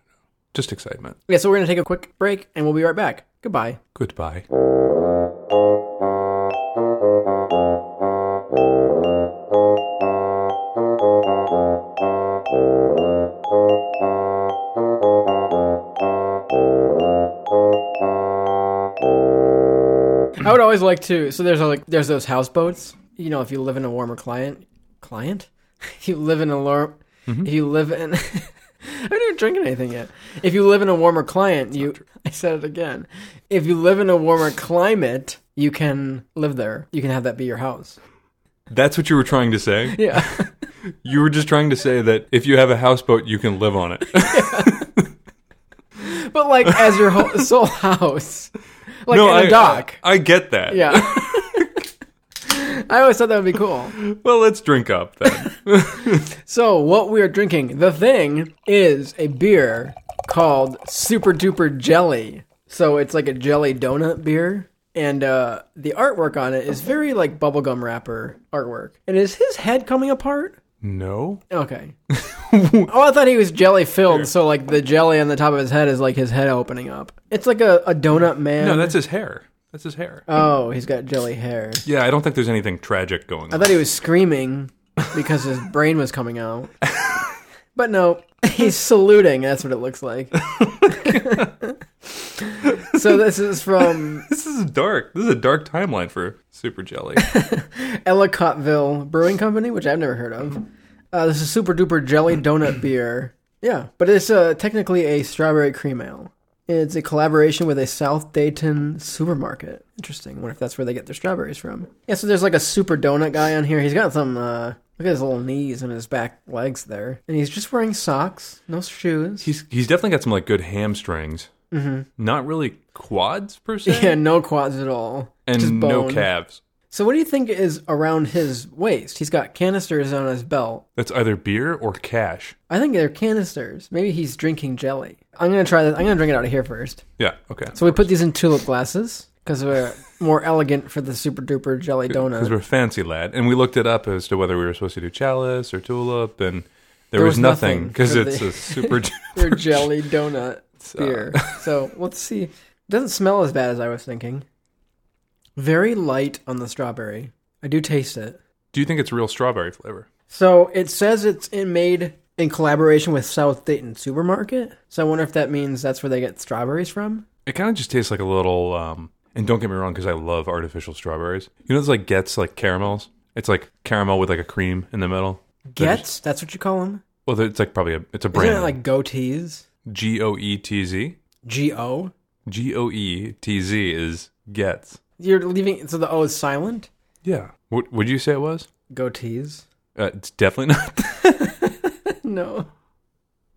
[SPEAKER 2] Just excitement.
[SPEAKER 1] Yeah, so we're going to take a quick break and we'll be right back. Goodbye.
[SPEAKER 2] Goodbye.
[SPEAKER 1] I would always like to. So there's like there's those houseboats. You know, if you live in a warmer client, client, if you live in a warm, if you live in. I haven't even drinking anything yet. If you live in a warmer climate, you. I said it again. If you live in a warmer climate, you can live there. You can have that be your house.
[SPEAKER 2] That's what you were trying to say?
[SPEAKER 1] Yeah.
[SPEAKER 2] You were just trying to say that if you have a houseboat, you can live on it.
[SPEAKER 1] but like as your whole, sole house, like in a
[SPEAKER 2] I- uh,
[SPEAKER 1] dock.
[SPEAKER 2] I, I get that.
[SPEAKER 1] yeah. I always thought that would be cool.
[SPEAKER 2] Well, let's drink up then.
[SPEAKER 1] So, what we are drinking, the thing, is a beer called Super Duper Jelly. So, it's like a jelly donut beer. And uh, the artwork on it is very like bubblegum wrapper artwork. And is his head coming apart?
[SPEAKER 2] no.
[SPEAKER 1] Okay. oh, I thought he was jelly filled. So, like, the jelly on the top of his head is like his head opening up. It's like a, a donut man.
[SPEAKER 2] No, that's his hair. That's his hair.
[SPEAKER 1] oh, he's got jelly hair.
[SPEAKER 2] yeah, I don't think there's anything tragic going
[SPEAKER 1] I
[SPEAKER 2] on.
[SPEAKER 1] thought he was screaming because his brain was coming out. But no, he's saluting. That's what it looks like. so this is from
[SPEAKER 2] This is dark. This is a dark timeline for Super Jelly.
[SPEAKER 1] Ellicottville Brewing Company, which I've never heard of. Uh, this is super duper jelly donut beer. Yeah, but it's uh, technically a strawberry cream ale. It's a collaboration with a South Dayton supermarket. Interesting. Wonder if that's where they get their strawberries from. Yeah, so there's like a super donut guy on here. He's got some. Uh, look at his little knees and his back legs there, and he's just wearing socks, no shoes.
[SPEAKER 2] he's he's definitely got some like good hamstrings. Mm-hmm. Not really quads per se,
[SPEAKER 1] yeah, no quads at all. just
[SPEAKER 2] and no
[SPEAKER 1] bone.
[SPEAKER 2] calves.
[SPEAKER 1] So what do you think is around his waist? He's got canisters on his belt.
[SPEAKER 2] That's either beer or cash.
[SPEAKER 1] I think they're canisters. Maybe he's drinking jelly. I'm gonna try this. I'm gonna drink it out of here first.
[SPEAKER 2] Yeah. Okay.
[SPEAKER 1] So we put these in tulip glasses because we're more elegant for the super duper jelly
[SPEAKER 2] Because
[SPEAKER 1] donut.
[SPEAKER 2] we're fancy lad, and we looked it up as to whether we were supposed to do chalice or tulip, and there, was,
[SPEAKER 1] was
[SPEAKER 2] nothing
[SPEAKER 1] nothing
[SPEAKER 2] because
[SPEAKER 1] for the-
[SPEAKER 2] it's a super.
[SPEAKER 1] They're jelly donut beer.
[SPEAKER 2] uh,
[SPEAKER 1] so let's see. It doesn't smell as bad as I was thinking. Very light on the strawberry. I do taste it.
[SPEAKER 2] do you think it's real strawberry flavor?
[SPEAKER 1] So it says it's in made in collaboration with South Dayton Supermarket. So I wonder if that means that's where they get strawberries from.
[SPEAKER 2] It kind of just tastes like a little. um And don't get me wrong, because I love artificial strawberries. You know, it's like gets like caramels. It's like caramel with like a cream in the middle.
[SPEAKER 1] Gets? That's what you call them?
[SPEAKER 2] Well, it's like probably a it's a
[SPEAKER 1] Isn't
[SPEAKER 2] brand
[SPEAKER 1] it like goatees?
[SPEAKER 2] G O E T Z.
[SPEAKER 1] G O?
[SPEAKER 2] G O E T Z is gets.
[SPEAKER 1] You're leaving, so the O is silent.
[SPEAKER 2] Yeah. What would you say it was?
[SPEAKER 1] Goatees.
[SPEAKER 2] Uh, it's definitely not.
[SPEAKER 1] No.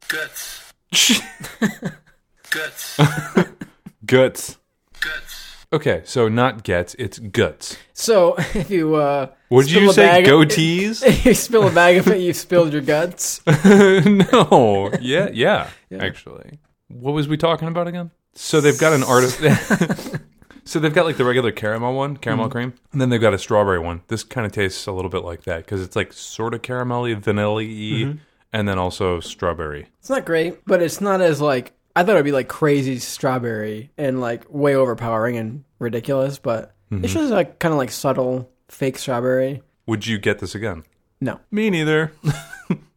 [SPEAKER 3] Guts. Guts.
[SPEAKER 2] Guts.
[SPEAKER 3] Guts.
[SPEAKER 2] Okay, so not gets, it's guts.
[SPEAKER 1] So if you uh,
[SPEAKER 2] Would
[SPEAKER 1] spill
[SPEAKER 2] you
[SPEAKER 1] a
[SPEAKER 2] say
[SPEAKER 1] bag-
[SPEAKER 2] goatees?
[SPEAKER 1] If you spill a bag of it, you've spilled your guts.
[SPEAKER 2] no. Yeah, yeah, Actually, what was we talking about again? So they've got an artist. so they've got like the regular caramel one, caramel cream, and then they've got a strawberry one. This kind of tastes a little bit like that because it's like sort of caramelly, vanilla-y, and then also strawberry.
[SPEAKER 1] It's not great, but it's not as like I thought it'd be like crazy strawberry and like way overpowering and ridiculous, but
[SPEAKER 2] Mm-hmm.
[SPEAKER 1] it's just like kind of like subtle fake strawberry.
[SPEAKER 2] Would you get this again?
[SPEAKER 1] No.
[SPEAKER 2] Me neither.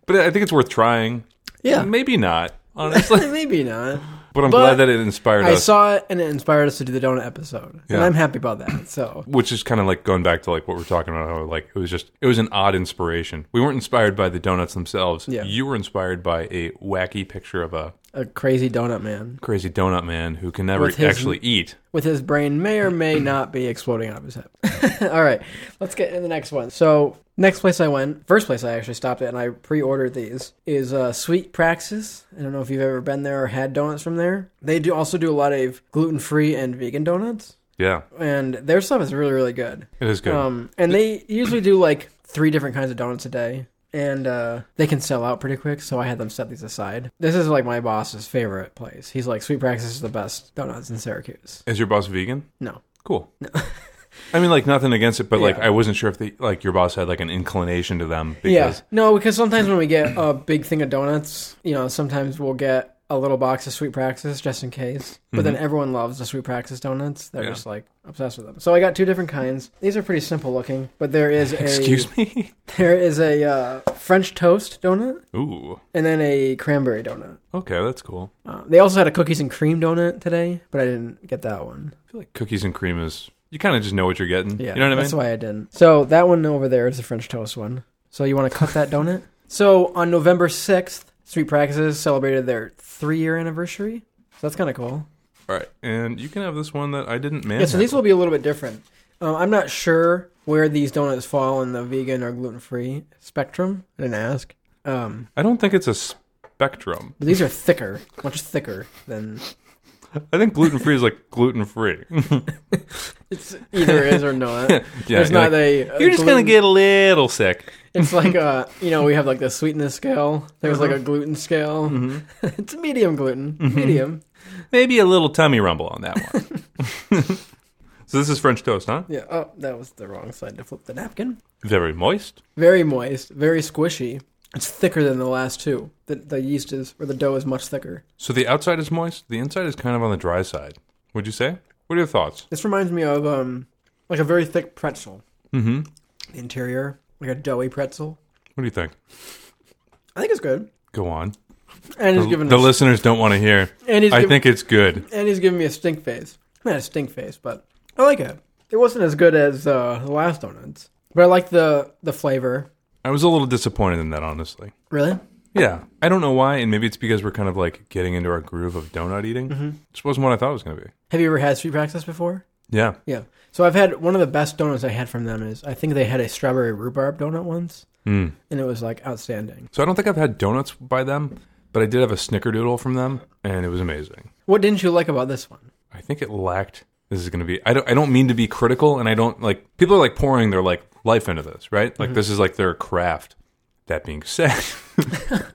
[SPEAKER 2] but I think it's worth trying.
[SPEAKER 1] Yeah.
[SPEAKER 2] Maybe not, honestly.
[SPEAKER 1] Maybe not.
[SPEAKER 2] but I'm glad
[SPEAKER 1] But
[SPEAKER 2] that it inspired
[SPEAKER 1] I
[SPEAKER 2] us.
[SPEAKER 1] saw it and it inspired us to do the donut episode, and
[SPEAKER 2] Yeah.
[SPEAKER 1] I'm happy about that. So
[SPEAKER 2] which is kind of like going back to like what we're talking about how like it was just it was an odd inspiration we weren't inspired by the donuts themselves
[SPEAKER 1] Yeah.
[SPEAKER 2] you were inspired by a wacky picture of a
[SPEAKER 1] a crazy donut man
[SPEAKER 2] crazy donut man who can never
[SPEAKER 1] With his-
[SPEAKER 2] actually eat
[SPEAKER 1] with his brain may or may not be exploding out of his head. All right, let's get into the next one. So, next place I went, first place I actually stopped at, and I pre ordered these, is uh, Sweet Praxis. I don't know if you've ever been there or had donuts from there. They do also do a lot of gluten free and vegan donuts,
[SPEAKER 2] yeah
[SPEAKER 1] and their stuff is really, really good.
[SPEAKER 2] it is good
[SPEAKER 1] Um, and they usually do like three different kinds of donuts a day, and uh, they can sell out pretty quick. So I had them set these aside. This is like my boss's favorite place. He's like, Sweet Praxis is the best donuts in Syracuse.
[SPEAKER 2] is your boss vegan
[SPEAKER 1] No,
[SPEAKER 2] cool i mean like nothing against it but like
[SPEAKER 1] Yeah.
[SPEAKER 2] i wasn't sure if the like your boss had like an inclination to them
[SPEAKER 1] Yeah.
[SPEAKER 2] because
[SPEAKER 1] No, because sometimes when we get a big thing of donuts, you know, sometimes we'll get a little box of Sweet Praxis just in case. But then everyone loves the Sweet Praxis donuts. They're
[SPEAKER 2] Mm-hmm. Yeah.
[SPEAKER 1] just like obsessed with them. So I got two different kinds. These are pretty simple looking, but there is a
[SPEAKER 2] excuse me
[SPEAKER 1] there is a uh, French toast donut
[SPEAKER 2] ooh
[SPEAKER 1] and then a cranberry donut.
[SPEAKER 2] okay that's cool
[SPEAKER 1] Uh, they also had a cookies and cream donut today, but I didn't get that one.
[SPEAKER 2] i feel like cookies and cream is you kind of just know what you're getting
[SPEAKER 1] Yeah,
[SPEAKER 2] you know what i mean
[SPEAKER 1] that's why I didn't. So that one over there is the French toast one. So you want to cut that donut? So on November sixth, Sweet Practices celebrated their three-year anniversary. So that's kind of cool.
[SPEAKER 2] all right and you can have this one that i didn't man
[SPEAKER 1] Yeah, so these will be a little bit different. Um, I'm not sure where these donuts fall in the vegan or gluten-free spectrum. I didn't ask. Um,
[SPEAKER 2] i don't think it's a spectrum
[SPEAKER 1] but these are thicker, much thicker than
[SPEAKER 2] I think gluten free is like gluten free.
[SPEAKER 1] It's either is or not.
[SPEAKER 2] yeah,
[SPEAKER 1] There's
[SPEAKER 2] you're
[SPEAKER 1] not
[SPEAKER 2] like,
[SPEAKER 1] a. a
[SPEAKER 2] You're just gonna
[SPEAKER 1] gluten-
[SPEAKER 2] get a little sick.
[SPEAKER 1] It's like a you know we have like the sweetness scale. There's like
[SPEAKER 2] Uh-huh.
[SPEAKER 1] a gluten scale.
[SPEAKER 2] Mm-hmm.
[SPEAKER 1] it's medium gluten. Medium.
[SPEAKER 2] Maybe a little tummy rumble on that one. so this is French toast, huh?
[SPEAKER 1] Yeah. Oh, that was the wrong side to flip the napkin.
[SPEAKER 2] Very moist.
[SPEAKER 1] Very moist. Very squishy. It's thicker than the last two. The the yeast is or the dough is much thicker.
[SPEAKER 2] So the outside is moist. The inside is kind of on the dry side. Would you say? What are your thoughts?
[SPEAKER 1] This reminds me of um like a very thick pretzel.
[SPEAKER 2] Mm-hmm.
[SPEAKER 1] The interior like a doughy pretzel.
[SPEAKER 2] What do you think?
[SPEAKER 1] I think it's good.
[SPEAKER 2] Go on.
[SPEAKER 1] And he's
[SPEAKER 2] The,
[SPEAKER 1] given
[SPEAKER 2] the
[SPEAKER 1] us-
[SPEAKER 2] listeners don't want to hear.
[SPEAKER 1] and he's
[SPEAKER 2] I
[SPEAKER 1] given-
[SPEAKER 2] think it's good.
[SPEAKER 1] and he's giving me a stink face. Not a stink face, but I like it. It wasn't as good as uh, the last donuts, but I like the the flavor.
[SPEAKER 2] I was a little disappointed in that, honestly.
[SPEAKER 1] Really?
[SPEAKER 2] Yeah, I don't know why, and maybe it's because we're kind of like getting into our groove of donut eating. This wasn't what I thought it was going to be.
[SPEAKER 1] Have you ever had sweet practice before?
[SPEAKER 2] Yeah,
[SPEAKER 1] Yeah. So I've had one of the best donuts I had from them is I think they had a strawberry rhubarb donut once,
[SPEAKER 2] Mm.
[SPEAKER 1] and it was like outstanding.
[SPEAKER 2] so I don't think I've had donuts by them, but I did have a snickerdoodle from them, and it was amazing.
[SPEAKER 1] What didn't you like about this one?
[SPEAKER 2] I think it lacked. This is going to be. I don't. I don't mean to be critical, and I don't like people are like pouring their like life into this, right? Like this is like their craft. That being said,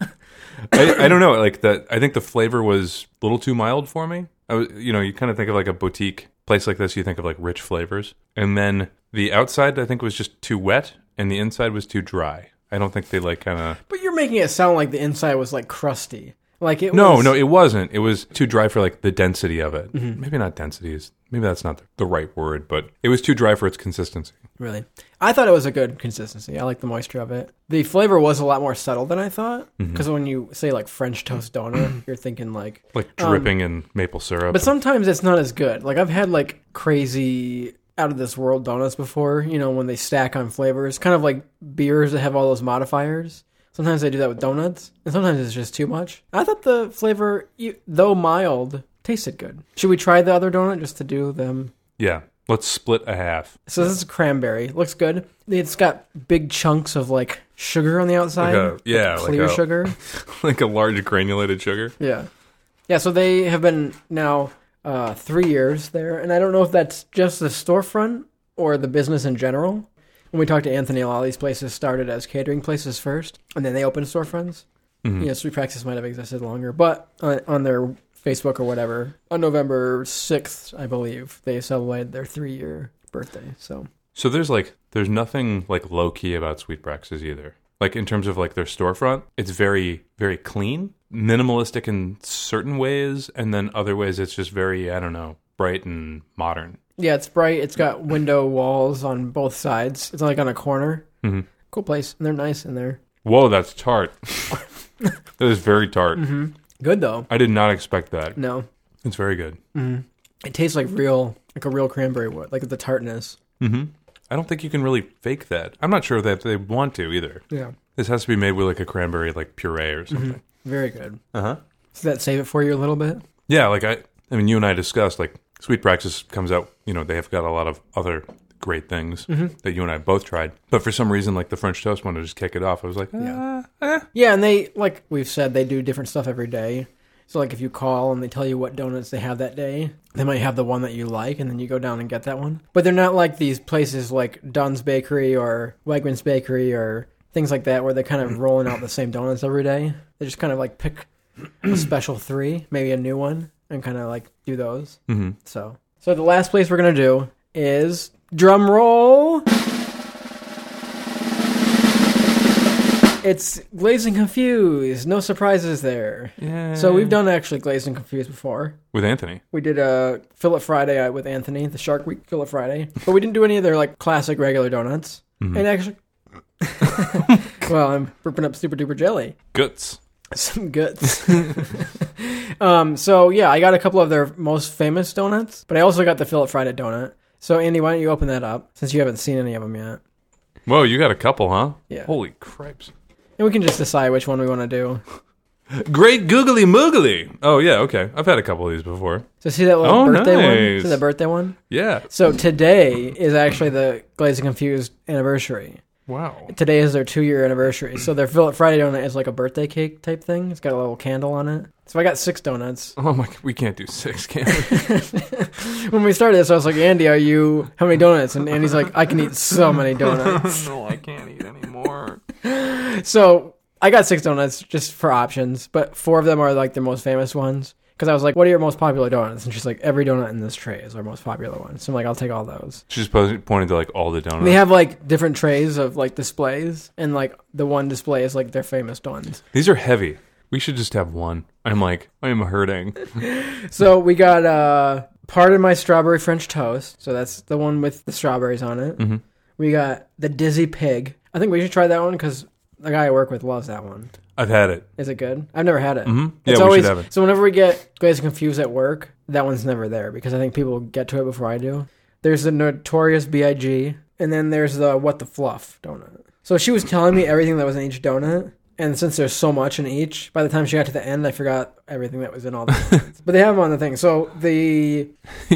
[SPEAKER 2] I, I don't know. Like that, I think the flavor was a little too mild for me. I was, you know, you kind of think of like a boutique place like this. You think of like rich flavors, and then the outside I think was just too wet, and the inside was too dry. I don't think they like kind of.
[SPEAKER 1] But you're making it sound like the inside was like crusty. Like it
[SPEAKER 2] No,
[SPEAKER 1] was, Mm-hmm.
[SPEAKER 2] no, it wasn't. It was too dry for like the density of it. Maybe not density is maybe that's not the right word, but it was too dry for its consistency.
[SPEAKER 1] Really? I thought it was a good consistency. I like the moisture of it. The flavor was a lot more subtle than I thought. Because when you say like French toast donut, you're thinking like.
[SPEAKER 2] Like dripping in maple syrup.
[SPEAKER 1] Um, But sometimes it's not as good. Like I've had like crazy out of this world donuts before, you know, when they stack on flavors, kind of like beers that have all those modifiers. Sometimes they do that with donuts, and sometimes it's just too much. I thought the flavor, you- though mild, tasted good. Should we try the other donut just to do them
[SPEAKER 2] yeah. Let's split a half.
[SPEAKER 1] so this is cranberry. Looks good. It's got big chunks of like sugar on the outside.
[SPEAKER 2] Like a- yeah, like
[SPEAKER 1] clear
[SPEAKER 2] a-
[SPEAKER 1] sugar.
[SPEAKER 2] like a large granulated sugar.
[SPEAKER 1] Yeah, yeah. So they have been now uh, three years there, and I don't know if that's just the storefront or the business in general. When we talked to Anthony, a lot of these places started as catering places first, and then they opened storefronts.
[SPEAKER 2] Hmm. Mm-hmm.
[SPEAKER 1] You know, Sweet Praxis might have existed longer, but on, on their Facebook or whatever, on November sixth, I believe, they celebrated their three-year birthday. So
[SPEAKER 2] So there's like there's nothing like low key about sweet Braxes either. Like in terms of like their storefront, it's very very clean, minimalistic in certain ways, and then other ways it's just very I don't know bright and modern.
[SPEAKER 1] Yeah, it's bright. It's got window walls on both sides. It's like on a corner.
[SPEAKER 2] Mhm.
[SPEAKER 1] Cool place. And they're nice in there.
[SPEAKER 2] Whoa, that's tart. that is very tart.
[SPEAKER 1] Mm-hmm. Good though.
[SPEAKER 2] I did not expect that.
[SPEAKER 1] No,
[SPEAKER 2] It's very good.
[SPEAKER 1] it tastes like real, like a real cranberry wood, like the tartness.
[SPEAKER 2] Mm-hmm. I don't think you can really fake that. I'm not sure that they want to either.
[SPEAKER 1] Yeah,
[SPEAKER 2] This has to be made with like a cranberry like puree or
[SPEAKER 1] Mm-hmm.
[SPEAKER 2] something.
[SPEAKER 1] very good.
[SPEAKER 2] Uh huh.
[SPEAKER 1] So that save it for you a little bit.
[SPEAKER 2] Yeah, like I, I mean, you and I discussed like Sweet Praxis comes out. You know, they have got a lot of other great things
[SPEAKER 1] Mm-hmm.
[SPEAKER 2] that you and I both tried, but for some reason, like the French toast one to just kick it off. I was like, "Ah, yeah,
[SPEAKER 1] Yeah, and they like we've said they do different stuff every day. So like if you call and they tell you what donuts they have that day, they might have the one that you like, and then you go down and get that one. But they're not like these places like Dunn's Bakery or Wegmans Bakery or things like that, where they're kind of rolling out the same donuts every day. They just kind of like pick a special three, maybe a new one, and kind of like do those. Mm-hmm. So so the last place we're gonna do is drum roll. It's Glazing Confused. No surprises there.
[SPEAKER 2] yeah.
[SPEAKER 1] So we've done actually Glazed and Confused before.
[SPEAKER 2] with Anthony.
[SPEAKER 1] We did a Philip Friday out with Anthony, the Shark Week Philip Friday, but we didn't do any of their like classic regular donuts.
[SPEAKER 2] Mm-hmm.
[SPEAKER 1] And actually, well, I'm ripping up super duper jelly,
[SPEAKER 2] Guts.
[SPEAKER 1] some guts. um, so yeah, I got a couple of their most famous donuts, but I also got the Philip Friday donut. So Andy, why don't you open that up since you haven't seen any of them yet,
[SPEAKER 2] Whoa, you got a couple, huh?
[SPEAKER 1] Yeah.
[SPEAKER 2] Holy cripes.
[SPEAKER 1] and we can just decide which one we want to do.
[SPEAKER 2] Great googly moogly. Oh yeah, okay. I've had a couple of these before.
[SPEAKER 1] So see that little
[SPEAKER 2] Oh,
[SPEAKER 1] birthday one.
[SPEAKER 2] nice.
[SPEAKER 1] See the birthday one.
[SPEAKER 2] Yeah.
[SPEAKER 1] So today is actually the Glazed and Confused anniversary.
[SPEAKER 2] Wow.
[SPEAKER 1] Today is their two year anniversary, so their Phil- Friday donut is like a birthday cake type thing. It's got a little candle on it. So I got six donuts.
[SPEAKER 2] Oh my! We can't do six, can we?
[SPEAKER 1] when we started this, I was like, Andy, are you how many donuts? And Andy's like, I can eat so many donuts.
[SPEAKER 2] no, I can't eat anymore.
[SPEAKER 1] so I got six donuts just for options, but four of them are like the most famous ones. Because I was like, what are your most popular donuts? And she's like, every donut in this tray is our most popular one. So I'm like, I'll take all those.
[SPEAKER 2] She's po- pointing to like all the donuts.
[SPEAKER 1] They have like different trays of like displays, and like the one display is like their famous ones.
[SPEAKER 2] These are heavy. We should just have one. I'm like, I am hurting.
[SPEAKER 1] So we got uh, part of my strawberry French toast. So that's the one with the strawberries on it.
[SPEAKER 2] Mhm.
[SPEAKER 1] We got the dizzy pig. I think we should try that one because the guy I work with loves that one.
[SPEAKER 2] I've had it.
[SPEAKER 1] Is it good? I've never had it.
[SPEAKER 2] Mhm. Yeah, we
[SPEAKER 1] It's
[SPEAKER 2] should
[SPEAKER 1] always
[SPEAKER 2] have it.
[SPEAKER 1] so. Whenever we get guys confused at work, that one's never there because I think people get to it before I do. There's the notorious Big, and then there's the what the fluff donut. So she was telling me everything that was in each donut, and since there's so much in each, by the time she got to the end, I forgot everything that was in all the. donuts. but they have them on the thing. So the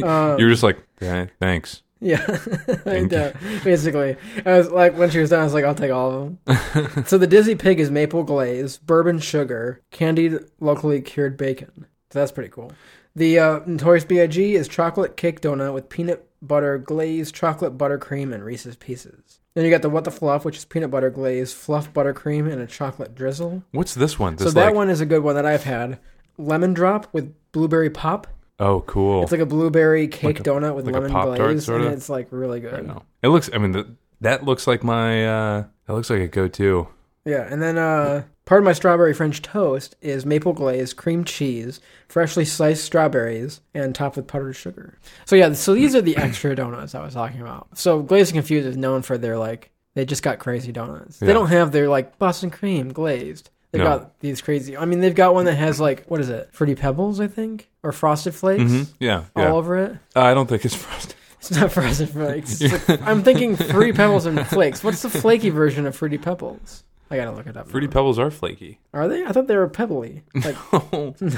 [SPEAKER 1] um,
[SPEAKER 2] You're just like, "Yeah, thanks.
[SPEAKER 1] yeah,
[SPEAKER 2] Thank
[SPEAKER 1] yeah, basically. I was like, when she was done, I was like, I'll take all of them. so the Dizzy Pig is maple glaze, bourbon sugar, candied locally cured bacon. So that's pretty cool. The uh, Notorious B.I.G. is chocolate cake donut with peanut butter glaze, chocolate buttercream, and Reese's Pieces. Then you got the What the Fluff, which is peanut butter glaze, fluff buttercream, and a chocolate drizzle.
[SPEAKER 2] What's this one? This
[SPEAKER 1] so that
[SPEAKER 2] like,
[SPEAKER 1] one is a good one that I've had. Lemon drop with blueberry pop.
[SPEAKER 2] oh, cool.
[SPEAKER 1] It's like a blueberry cake
[SPEAKER 2] Like a-
[SPEAKER 1] donut with
[SPEAKER 2] like a
[SPEAKER 1] lemon
[SPEAKER 2] Pop-Tart,
[SPEAKER 1] glaze,
[SPEAKER 2] sorta?
[SPEAKER 1] and it's like really good.
[SPEAKER 2] I know. It looks. I mean, the, that looks like my. uh That looks like a go-to.
[SPEAKER 1] Yeah, and then uh, part of my strawberry French toast is maple glaze, cream cheese, freshly sliced strawberries, and topped with powdered sugar. So yeah, so these are the extra donuts I was talking about. So Glazed and Confused is known for their like they just got crazy donuts. They
[SPEAKER 2] Yeah.
[SPEAKER 1] don't have their like Boston cream glazed. They've
[SPEAKER 2] No.
[SPEAKER 1] got these crazy. I mean, they've got one that has like what is it? Fruity Pebbles, I think, or Frosted Flakes
[SPEAKER 2] Mhm. Yeah, yeah.
[SPEAKER 1] all over it.
[SPEAKER 2] Uh, I don't think it's frosted.
[SPEAKER 1] It's not Frosted Flakes. It's like- I'm thinking Fruity Pebbles and Flakes. What's the flaky version of Fruity Pebbles? I gotta look it up.
[SPEAKER 2] Fruity
[SPEAKER 1] now.
[SPEAKER 2] pebbles are flaky. Oh,
[SPEAKER 1] Are they? I thought they were pebbly. Like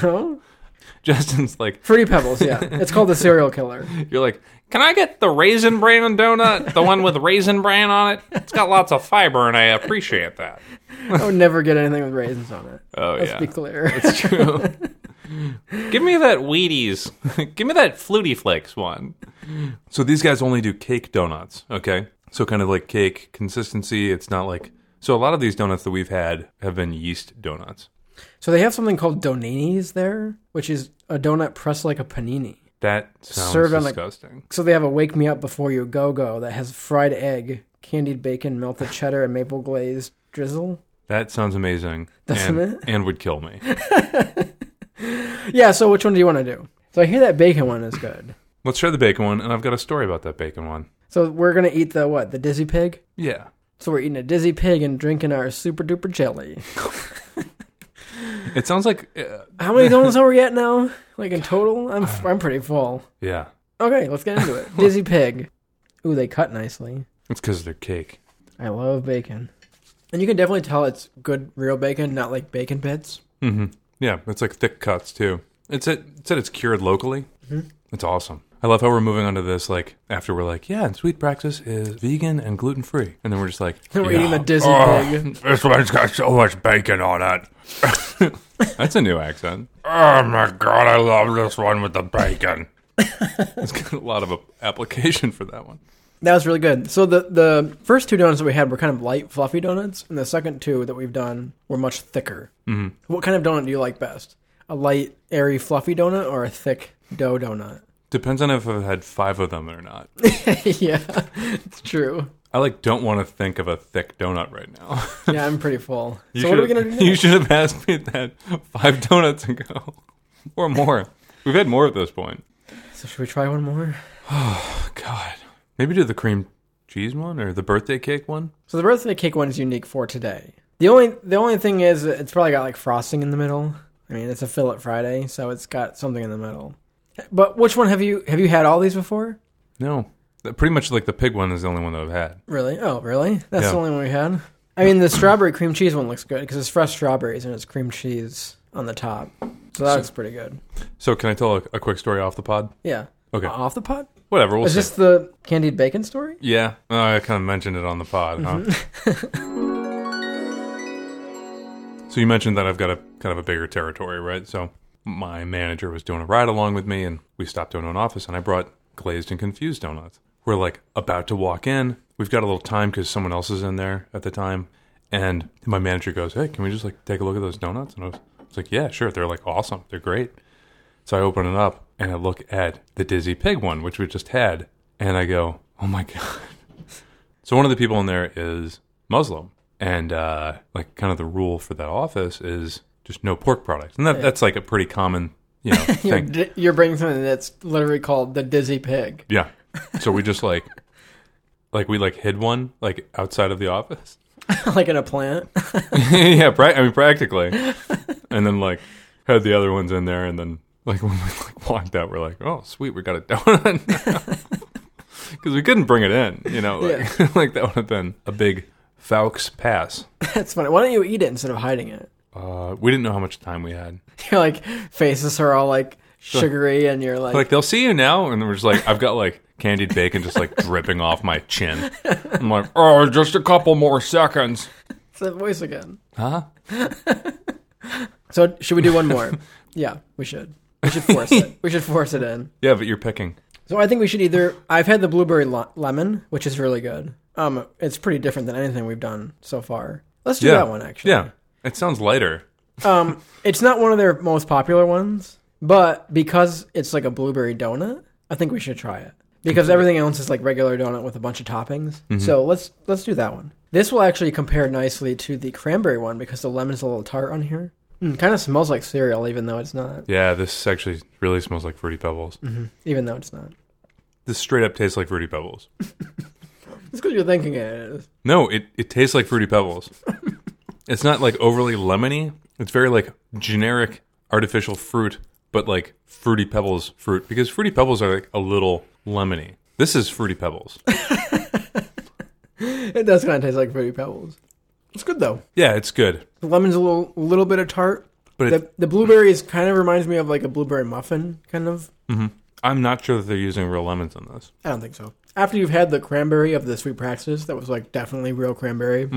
[SPEAKER 1] no,
[SPEAKER 2] Justin's like,
[SPEAKER 1] fruity pebbles. Yeah, it's called the serial killer.
[SPEAKER 2] you're like, can I get the raisin bran donut? The one with raisin bran on it. It's got lots of fiber, and I appreciate that.
[SPEAKER 1] I would never get anything with raisins on it.
[SPEAKER 2] Oh
[SPEAKER 1] Let's
[SPEAKER 2] yeah.
[SPEAKER 1] be clear.
[SPEAKER 2] It's true. Give me that Wheaties. Give me that Flutie Flakes one. So these guys only do cake donuts, okay? So kind of like cake consistency. It's not like so a lot of these donuts that we've had have been yeast donuts.
[SPEAKER 1] So they have something called doninis there, which is a donut pressed like a panini.
[SPEAKER 2] That sounds
[SPEAKER 1] Served on a-
[SPEAKER 2] disgusting.
[SPEAKER 1] So they have a wake me up before you go go that has fried egg, candied bacon, melted cheddar, and maple glaze drizzle.
[SPEAKER 2] That sounds amazing.
[SPEAKER 1] Doesn't
[SPEAKER 2] and,
[SPEAKER 1] it?
[SPEAKER 2] and would kill me.
[SPEAKER 1] Yeah. So which one do you want to do? So I hear that bacon one is good.
[SPEAKER 2] Let's try the bacon one, and I've got a story about that bacon one.
[SPEAKER 1] So we're gonna eat the what? The dizzy pig.
[SPEAKER 2] Yeah.
[SPEAKER 1] So we're eating a dizzy pig and drinking our super duper jelly.
[SPEAKER 2] It sounds like uh,
[SPEAKER 1] How many donuts are we at now? Like in total, I'm I'm pretty full.
[SPEAKER 2] yeah.
[SPEAKER 1] Okay, let's get into it. Dizzy pig. Ooh, they cut nicely.
[SPEAKER 2] It's because they're cake.
[SPEAKER 1] I love bacon, and you can definitely tell it's good real bacon, not like bacon bits.
[SPEAKER 2] hmm Yeah, it's like thick cuts too. It's it, it said it's cured locally.
[SPEAKER 1] Mm-hmm.
[SPEAKER 2] It's awesome. I love how we're moving on to this. Like after we're like, yeah, and sweet practice is vegan and gluten free, and then we're just like,
[SPEAKER 1] We're
[SPEAKER 2] yeah. Oh,
[SPEAKER 1] eating the dizzy pig.
[SPEAKER 2] This one's got so much bacon on it. That's a new accent.
[SPEAKER 4] Oh my god, I love this one with the bacon.
[SPEAKER 2] It's got a lot of uh, application for that one.
[SPEAKER 1] That was really good. So the the first two donuts that we had were kind of light, fluffy donuts, and the second two that we've done were much thicker. Mm-hmm. What kind of donut do you like best? A light, airy, fluffy donut, or a thick dough donut?
[SPEAKER 2] Depends on if I've had five of them or not.
[SPEAKER 1] yeah, it's true.
[SPEAKER 2] I like don't want to think of a thick donut right now.
[SPEAKER 1] Yeah, I'm pretty full.
[SPEAKER 2] You
[SPEAKER 1] so what are we
[SPEAKER 2] should-
[SPEAKER 1] gonna do? Next?
[SPEAKER 2] You should have asked me that five donuts ago, or more. We've had more at this point.
[SPEAKER 1] So should we try one more?
[SPEAKER 2] God. Maybe do the cream cheese one or the birthday cake one.
[SPEAKER 1] So the birthday cake one is unique for today. The only the only thing is it's probably got like frosting in the middle. I mean, it's a fill it Friday, so it's got something in the middle. But which one have you have you had all these before?
[SPEAKER 2] No. That- Pretty much like the pig one is the only one that I've had.
[SPEAKER 1] Really? Oh, really? That's
[SPEAKER 2] Yeah.
[SPEAKER 1] the only one we had. I mean, the strawberry cream cheese one looks good because it's fresh strawberries and it's cream cheese on the top. So that looks pretty good.
[SPEAKER 2] So can I tell a, a quick story off the pod?
[SPEAKER 1] Yeah.
[SPEAKER 2] Okay.
[SPEAKER 1] Off the pot?
[SPEAKER 2] Whatever. We'll
[SPEAKER 1] Is
[SPEAKER 2] see.
[SPEAKER 1] this the candied bacon story?
[SPEAKER 2] Yeah, Oh, I kind of mentioned it on the pod. Huh? so you mentioned that I've got a kind of a bigger territory, right? So my manager was doing a ride along with me, and we stopped into an office, and I brought glazed and confused donuts. We're like about to walk in. We've got a little time because someone else is in there at the time, and my manager goes, "Hey, can we just like take a look at those donuts?" And I was, I was like, "Yeah, sure. They're like awesome. They're great." So I open it up and I look at the Dizzy Pig one, which we just had, and I go, "Oh my god!" So one of the people in there is Muslim, and uh, like kind of the rule for that office is just no pork products, and that, that's like a pretty common you know
[SPEAKER 1] You're,
[SPEAKER 2] thing.
[SPEAKER 1] di- you're bringing something that's literally called the dizzy pig.
[SPEAKER 2] Yeah. So we just like, like we like hid one like outside of the office.
[SPEAKER 1] like in a plant.
[SPEAKER 2] yeah, pra- I mean practically. And then like had the other ones in there, and then like when we like walked out, we're like, oh sweet, we got a donut because we couldn't bring it in. You know, like, like that would have been a big Faux pass.
[SPEAKER 1] That's funny. Why don't you eat it instead of hiding it?
[SPEAKER 2] Uh, we didn't know how much time we had.
[SPEAKER 1] Your like faces are all like sugary, and you're like,
[SPEAKER 2] Like they'll see you now, and we're just like, I've got like candied bacon just like dripping off my chin. I'm like,
[SPEAKER 4] Oh, just a couple more seconds.
[SPEAKER 1] it's that voice again.
[SPEAKER 2] huh?
[SPEAKER 1] So should we do one more? yeah, we should. We should force it. We should force it in.
[SPEAKER 2] Yeah, but you're picking.
[SPEAKER 1] So I think we should either. I've had the blueberry lo- lemon, which is really good. Um, it's pretty different than anything we've done so far. Let's do
[SPEAKER 2] Yeah.
[SPEAKER 1] that one actually.
[SPEAKER 2] Yeah, it sounds lighter.
[SPEAKER 1] Um, it's not one of their most popular ones, but because it's like a blueberry donut, I think we should try it. Because everything else is like regular donut with a bunch of toppings.
[SPEAKER 2] Mm-hmm.
[SPEAKER 1] So let's let's do that one. This will actually compare nicely to the cranberry one because the lemon's a little tart on here. Mm, kind of smells like cereal, even though it's not.
[SPEAKER 2] Yeah, this actually really smells like fruity pebbles.
[SPEAKER 1] Even though it's not.
[SPEAKER 2] This straight up tastes like fruity pebbles.
[SPEAKER 1] It's because you're thinking it is.
[SPEAKER 2] No, it, it tastes like fruity pebbles. it's not like overly lemony. It's very like generic artificial fruit, but like fruity pebbles fruit because fruity pebbles are like a little lemony. This is fruity pebbles.
[SPEAKER 1] It does kind of taste like fruity pebbles. It's good though.
[SPEAKER 2] yeah, it's good,
[SPEAKER 1] The lemon's a little little bit of tart.
[SPEAKER 2] but it,
[SPEAKER 1] The the blueberry is kind of reminds me of like a blueberry muffin, kind of.
[SPEAKER 2] I'm not sure that they're using real lemons in this.
[SPEAKER 1] I don't think so. After you've had the cranberry of the sweet praxis, that was like definitely real cranberry.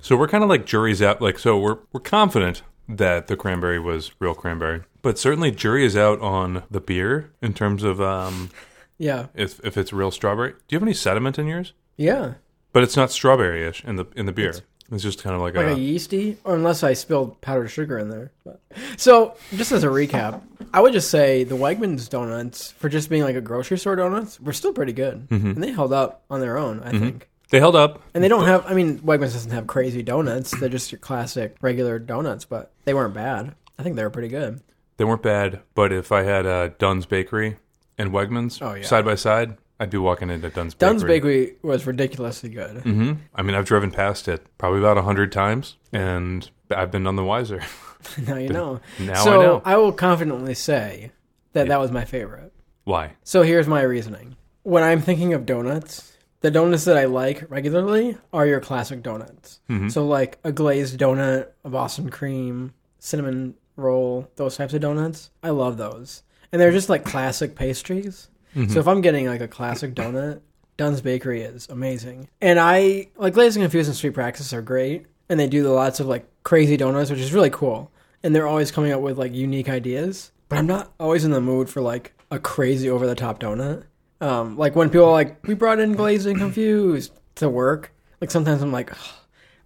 [SPEAKER 2] So we're kind of like jury's out. Like, so we're we're confident that the cranberry was real cranberry, but certainly jury is out on the beer in terms of um,
[SPEAKER 1] Yeah,
[SPEAKER 2] if if it's real strawberry. Do you have any sediment in yours?
[SPEAKER 1] yeah,
[SPEAKER 2] But it's not strawberry ish in the in the beer. It's, just kind of like,
[SPEAKER 1] like
[SPEAKER 2] a,
[SPEAKER 1] a yeasty, or unless I spilled powdered sugar in there. But. So, just as a recap, I would just say the Wegmans donuts, for just being like a grocery store donuts, were still pretty good, and they held up on their own, I think.
[SPEAKER 2] they held up.
[SPEAKER 1] And they don't have, I mean, Wegmans doesn't have crazy donuts; they're just your classic regular donuts, but they weren't bad. I think they were pretty good.
[SPEAKER 2] They weren't bad. But if I had uh, Dunn's Bakery and Wegmans
[SPEAKER 1] Oh, yeah.
[SPEAKER 2] side by side, I'd be walking into Dunn's Bakery.
[SPEAKER 1] Dunn's Bakery was ridiculously good.
[SPEAKER 2] hmm I mean, I've driven past it probably about a hundred times, and I've been none the wiser.
[SPEAKER 1] Now you know.
[SPEAKER 2] Now
[SPEAKER 1] so uh,
[SPEAKER 2] I know
[SPEAKER 1] will confidently say that that was my favorite.
[SPEAKER 2] why.
[SPEAKER 1] So here's my reasoning. When I'm thinking of donuts, the donuts that I like regularly are your classic donuts.
[SPEAKER 2] Mm-hmm.
[SPEAKER 1] So like a glazed donut, a Boston cream, cinnamon roll, those types of donuts. I love those. And they're just like classic pastries.
[SPEAKER 2] Mm-hmm.
[SPEAKER 1] So if I'm getting like a classic donut, Dunn's Bakery is amazing. And I like glazed and confused and street practice are great. And they do lots of like crazy donuts, which is really cool. And they're always coming up with like unique ideas. But I'm not always in the mood for like a crazy over the top donut. Um, like when people are like, we brought in glazed and confused to work. Like sometimes I'm like, "Ugh."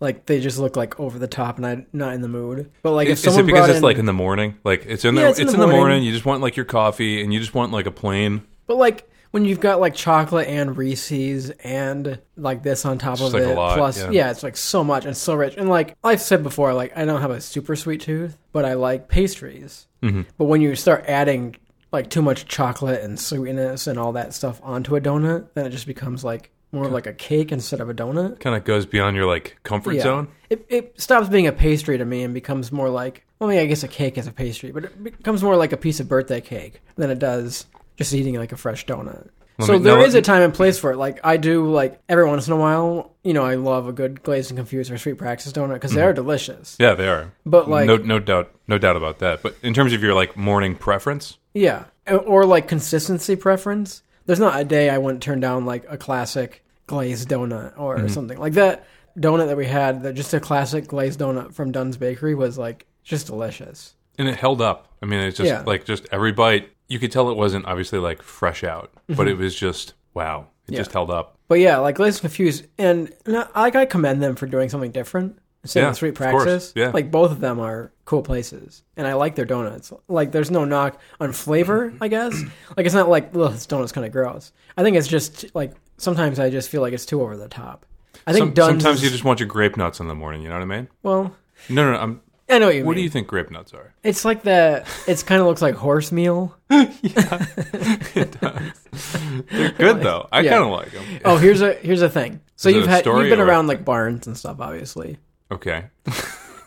[SPEAKER 1] like they just look like over the top, and I'm not in the mood. But like if
[SPEAKER 2] Is
[SPEAKER 1] someone
[SPEAKER 2] it because
[SPEAKER 1] brought
[SPEAKER 2] it's
[SPEAKER 1] in,
[SPEAKER 2] like in the morning? Like it's in the
[SPEAKER 1] Yeah,
[SPEAKER 2] it's, in, the morning. You just want like your coffee, and you just want like a plain.
[SPEAKER 1] But like when you've got like chocolate and Reese's and like this on top of
[SPEAKER 2] like, a
[SPEAKER 1] it,
[SPEAKER 2] lot,
[SPEAKER 1] plus
[SPEAKER 2] yeah.
[SPEAKER 1] yeah. it's like so much and so rich. And like I've said before, like I don't have a super sweet tooth, but I like pastries.
[SPEAKER 2] Mm-hmm.
[SPEAKER 1] But when you start adding like too much chocolate and sweetness and all that stuff onto a donut, then it just becomes like more like a cake instead of a donut.
[SPEAKER 2] Kind of goes beyond your like comfort
[SPEAKER 1] Yeah.
[SPEAKER 2] zone.
[SPEAKER 1] It, it stops being a pastry to me and becomes more like, well, I, mean, I guess a cake is a pastry, but it becomes more like a piece of birthday cake than it does just eating like a fresh donut. so
[SPEAKER 2] me-
[SPEAKER 1] there
[SPEAKER 2] now
[SPEAKER 1] is
[SPEAKER 2] let-
[SPEAKER 1] a time and place for it. Like I do, like every once in a while, you know, I love a good glazed and confused or sweet praxis donut because
[SPEAKER 2] Mm-hmm.
[SPEAKER 1] they are delicious.
[SPEAKER 2] Yeah, they are.
[SPEAKER 1] But like,
[SPEAKER 2] no, no doubt, no doubt about that. But in terms of your like morning preference,
[SPEAKER 1] yeah, or like consistency preference, there's not a day I wouldn't turn down like a classic glazed donut or something like that donut that we had. That just a classic glazed donut from Dunn's Bakery was like just delicious.
[SPEAKER 2] and it held up. I mean, it's just
[SPEAKER 1] Yeah.
[SPEAKER 2] like just every bite. You could tell it wasn't obviously like fresh out,
[SPEAKER 1] Mm-hmm.
[SPEAKER 2] but it was just wow. It just held up.
[SPEAKER 1] But yeah, like Glazed and Confused, and no, like I commend them for doing something different. Instead
[SPEAKER 2] Yeah,
[SPEAKER 1] of Sweet
[SPEAKER 2] of course,
[SPEAKER 1] Praxis,
[SPEAKER 2] yeah.
[SPEAKER 1] like both of them are cool places, and I like their donuts. Like, there's no knock on flavor,
[SPEAKER 2] Mm-hmm.
[SPEAKER 1] I guess. Like, it's not like ugh, this donut's kind of gross. I think it's just like sometimes I just feel like it's too over the top. I think
[SPEAKER 2] Some,
[SPEAKER 1] Dunn's
[SPEAKER 2] sometimes you
[SPEAKER 1] is-
[SPEAKER 2] just want your grape nuts in the morning. You know what I mean?
[SPEAKER 1] well,
[SPEAKER 2] No, no, no. I'm,
[SPEAKER 1] I know what you
[SPEAKER 2] what do
[SPEAKER 1] mean.
[SPEAKER 2] you think grape nuts are?
[SPEAKER 1] it's like the it's kind of looks like horse meal.
[SPEAKER 2] They're good though. I
[SPEAKER 1] Yeah.
[SPEAKER 2] kind of like them.
[SPEAKER 1] Oh, here's a here's a thing. So
[SPEAKER 2] Is it
[SPEAKER 1] you've
[SPEAKER 2] a
[SPEAKER 1] had
[SPEAKER 2] story
[SPEAKER 1] you've been
[SPEAKER 2] or-
[SPEAKER 1] around like barns and stuff, obviously.
[SPEAKER 2] Okay.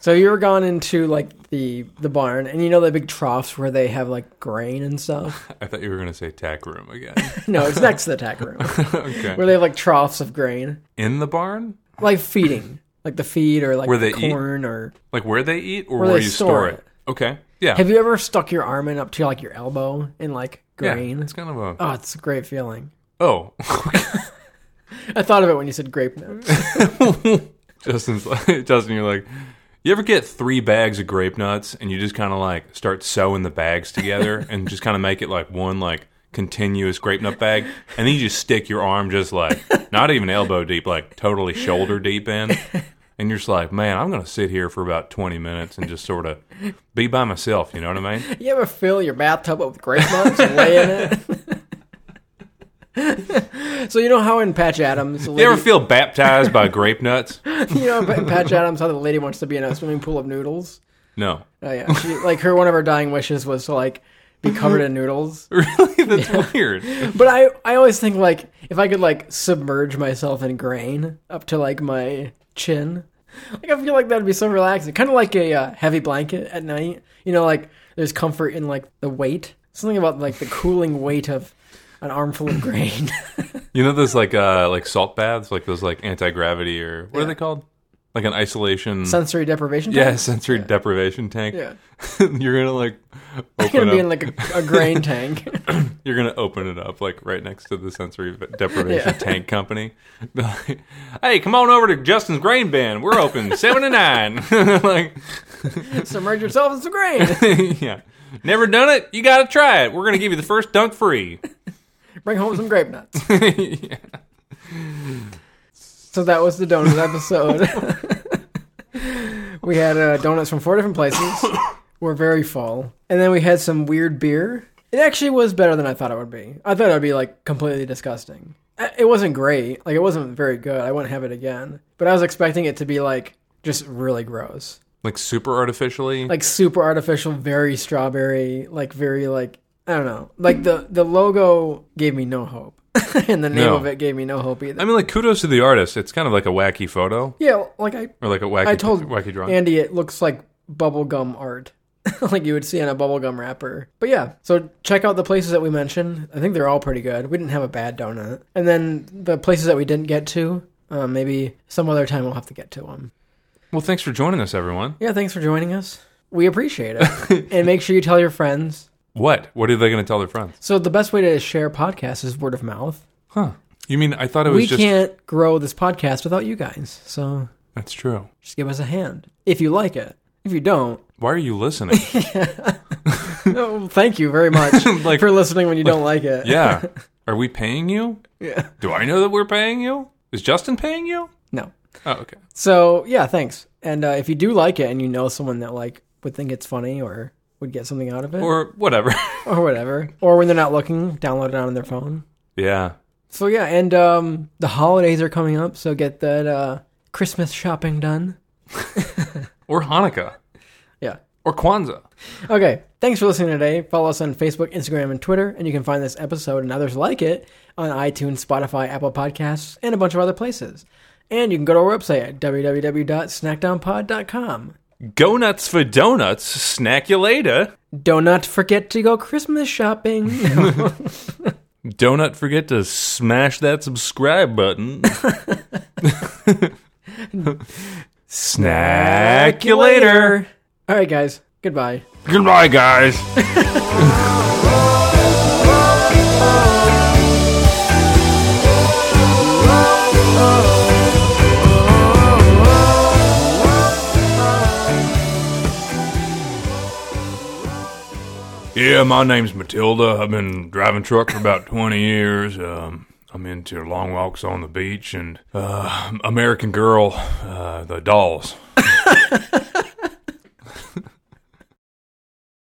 [SPEAKER 1] So you were gone into like the the barn, and you know the big troughs where they have like grain and stuff.
[SPEAKER 2] I thought you were gonna say tack room again.
[SPEAKER 1] No, it's next to the tack room
[SPEAKER 2] okay.
[SPEAKER 1] where they have like troughs of grain,
[SPEAKER 2] in the barn,
[SPEAKER 1] like feeding, like the feed or like
[SPEAKER 2] Where
[SPEAKER 1] the
[SPEAKER 2] they eat?
[SPEAKER 1] corn. Or
[SPEAKER 2] like where they eat or
[SPEAKER 1] Where
[SPEAKER 2] where,
[SPEAKER 1] they
[SPEAKER 2] you
[SPEAKER 1] store
[SPEAKER 2] store,
[SPEAKER 1] it.
[SPEAKER 2] it. Okay. Yeah.
[SPEAKER 1] have you ever stuck your arm in up to like your elbow in like
[SPEAKER 2] yeah.
[SPEAKER 1] grain?
[SPEAKER 2] It's kind of a
[SPEAKER 1] Oh, it's a great feeling.
[SPEAKER 2] oh.
[SPEAKER 1] I thought of it when you said grape nuts.
[SPEAKER 2] Justin's like, Justin, you're like, you ever get three bags of grape nuts and you just kind of like start sewing the bags together and just kind of make it like one like continuous grape nut bag, and then you just stick your arm just like not even elbow deep, like totally shoulder deep in, and you're just like, man, I'm gonna sit here for about 20 minutes and just sort of be by myself. You know what I mean?
[SPEAKER 1] you ever fill your bathtub up with grape nuts and lay in it? so you know how in Patch Adams, the
[SPEAKER 2] You ever
[SPEAKER 1] lady-
[SPEAKER 2] feel baptized by grape nuts?
[SPEAKER 1] you know in Patch Adams how the lady wants to be in a swimming pool of noodles.
[SPEAKER 2] No.
[SPEAKER 1] Oh yeah, she, like her one of her dying wishes was to like be
[SPEAKER 2] Mm-hmm.
[SPEAKER 1] covered in noodles.
[SPEAKER 2] Really? That's weird.
[SPEAKER 1] But I I always think like if I could like submerge myself in grain up to like my chin, like I feel like that'd be so relaxing. Kind of like a uh, heavy blanket at night. You know, like there's comfort in like the weight. Something about like the cooling weight of an armful of grain.
[SPEAKER 2] You know those like uh like salt baths, like those like anti gravity or what are they called? Like an isolation
[SPEAKER 1] Sensory deprivation. tank?
[SPEAKER 2] Yeah, sensory deprivation tank.
[SPEAKER 1] Yeah.
[SPEAKER 2] you're gonna like open
[SPEAKER 1] You're gonna
[SPEAKER 2] up,
[SPEAKER 1] be in like a, a grain tank.
[SPEAKER 2] you're gonna open it up like right next to the sensory v- deprivation
[SPEAKER 1] Yeah.
[SPEAKER 2] tank company. hey, come on over to Justin's grain bin. We're open seven to nine. like
[SPEAKER 1] submerge yourself in some grain.
[SPEAKER 2] yeah. Never done it? You gotta try it. We're gonna give you the first dunk free.
[SPEAKER 1] Bring home some grape nuts.
[SPEAKER 2] Yeah.
[SPEAKER 1] So that was the donuts episode. we had uh, donuts from four different places. We're very full, and then we had some weird beer. It actually was better than I thought it would be. I thought it would be like completely disgusting. I- It wasn't great. Like it wasn't very good. I wouldn't have it again. But I was expecting it to be like just really gross,
[SPEAKER 2] Like super artificially.
[SPEAKER 1] like super artificial, very strawberry, like very like I don't know. Like the the logo gave me no hope, and the name
[SPEAKER 2] No.
[SPEAKER 1] of it gave me no hope either.
[SPEAKER 2] I mean like kudos to the artist. It's kind of like a wacky photo.
[SPEAKER 1] yeah, like I
[SPEAKER 2] Or like a wacky
[SPEAKER 1] I told
[SPEAKER 2] wacky drawing.
[SPEAKER 1] Andy, it looks like bubblegum art. like you would see on a bubblegum wrapper. But yeah, so check out the places that we mentioned. I think they're all pretty good. We didn't have a bad donut. And then the places that we didn't get to, uh, maybe some other time we'll have to get to them.
[SPEAKER 2] well thanks for joining us everyone.
[SPEAKER 1] Yeah, thanks for joining us. We appreciate it. and make sure you tell your friends.
[SPEAKER 2] What? What are they gonna tell their friends?
[SPEAKER 1] So the best way to share podcasts is word of mouth.
[SPEAKER 2] Huh. You mean I thought it was
[SPEAKER 1] We
[SPEAKER 2] just
[SPEAKER 1] can't grow this podcast without you guys. So
[SPEAKER 2] That's true.
[SPEAKER 1] just give us a hand if you like it. If you don't,
[SPEAKER 2] Why are you listening?
[SPEAKER 1] oh, thank you very much
[SPEAKER 2] Like-
[SPEAKER 1] for listening when you don't like it.
[SPEAKER 2] yeah. Are we paying you?
[SPEAKER 1] Yeah.
[SPEAKER 2] Do I know that we're paying you? Is Justin paying you?
[SPEAKER 1] No.
[SPEAKER 2] Oh, okay.
[SPEAKER 1] So yeah, thanks. And uh, if you do like it and you know someone that like would think it's funny or would get something out of it or,
[SPEAKER 2] Or whatever.
[SPEAKER 1] whatever, or when they're not looking, download it on their phone.
[SPEAKER 2] yeah.
[SPEAKER 1] So yeah, and um, the holidays are coming up, so get that uh, Christmas shopping done.
[SPEAKER 2] Or Hanukkah.
[SPEAKER 1] Yeah.
[SPEAKER 2] Or Kwanzaa.
[SPEAKER 1] Okay. Thanks for listening today. Follow us on Facebook, Instagram, and Twitter, and you can find this episode and others like it on iTunes, Spotify, Apple Podcasts, and a bunch of other places. And you can go to our website at www.snackdownpod.com.
[SPEAKER 2] Go nuts for donuts. Snack you later.
[SPEAKER 1] Do not forget to go Christmas shopping.
[SPEAKER 2] Donut forget to smash that subscribe button. Snack you later.
[SPEAKER 1] All right, guys. Goodbye.
[SPEAKER 4] Goodbye, guys.
[SPEAKER 2] Yeah, my name's Matilda. I've been driving truck for about 20 years. Um, I'm into long walks on the beach and uh, American Girl, uh, the dolls.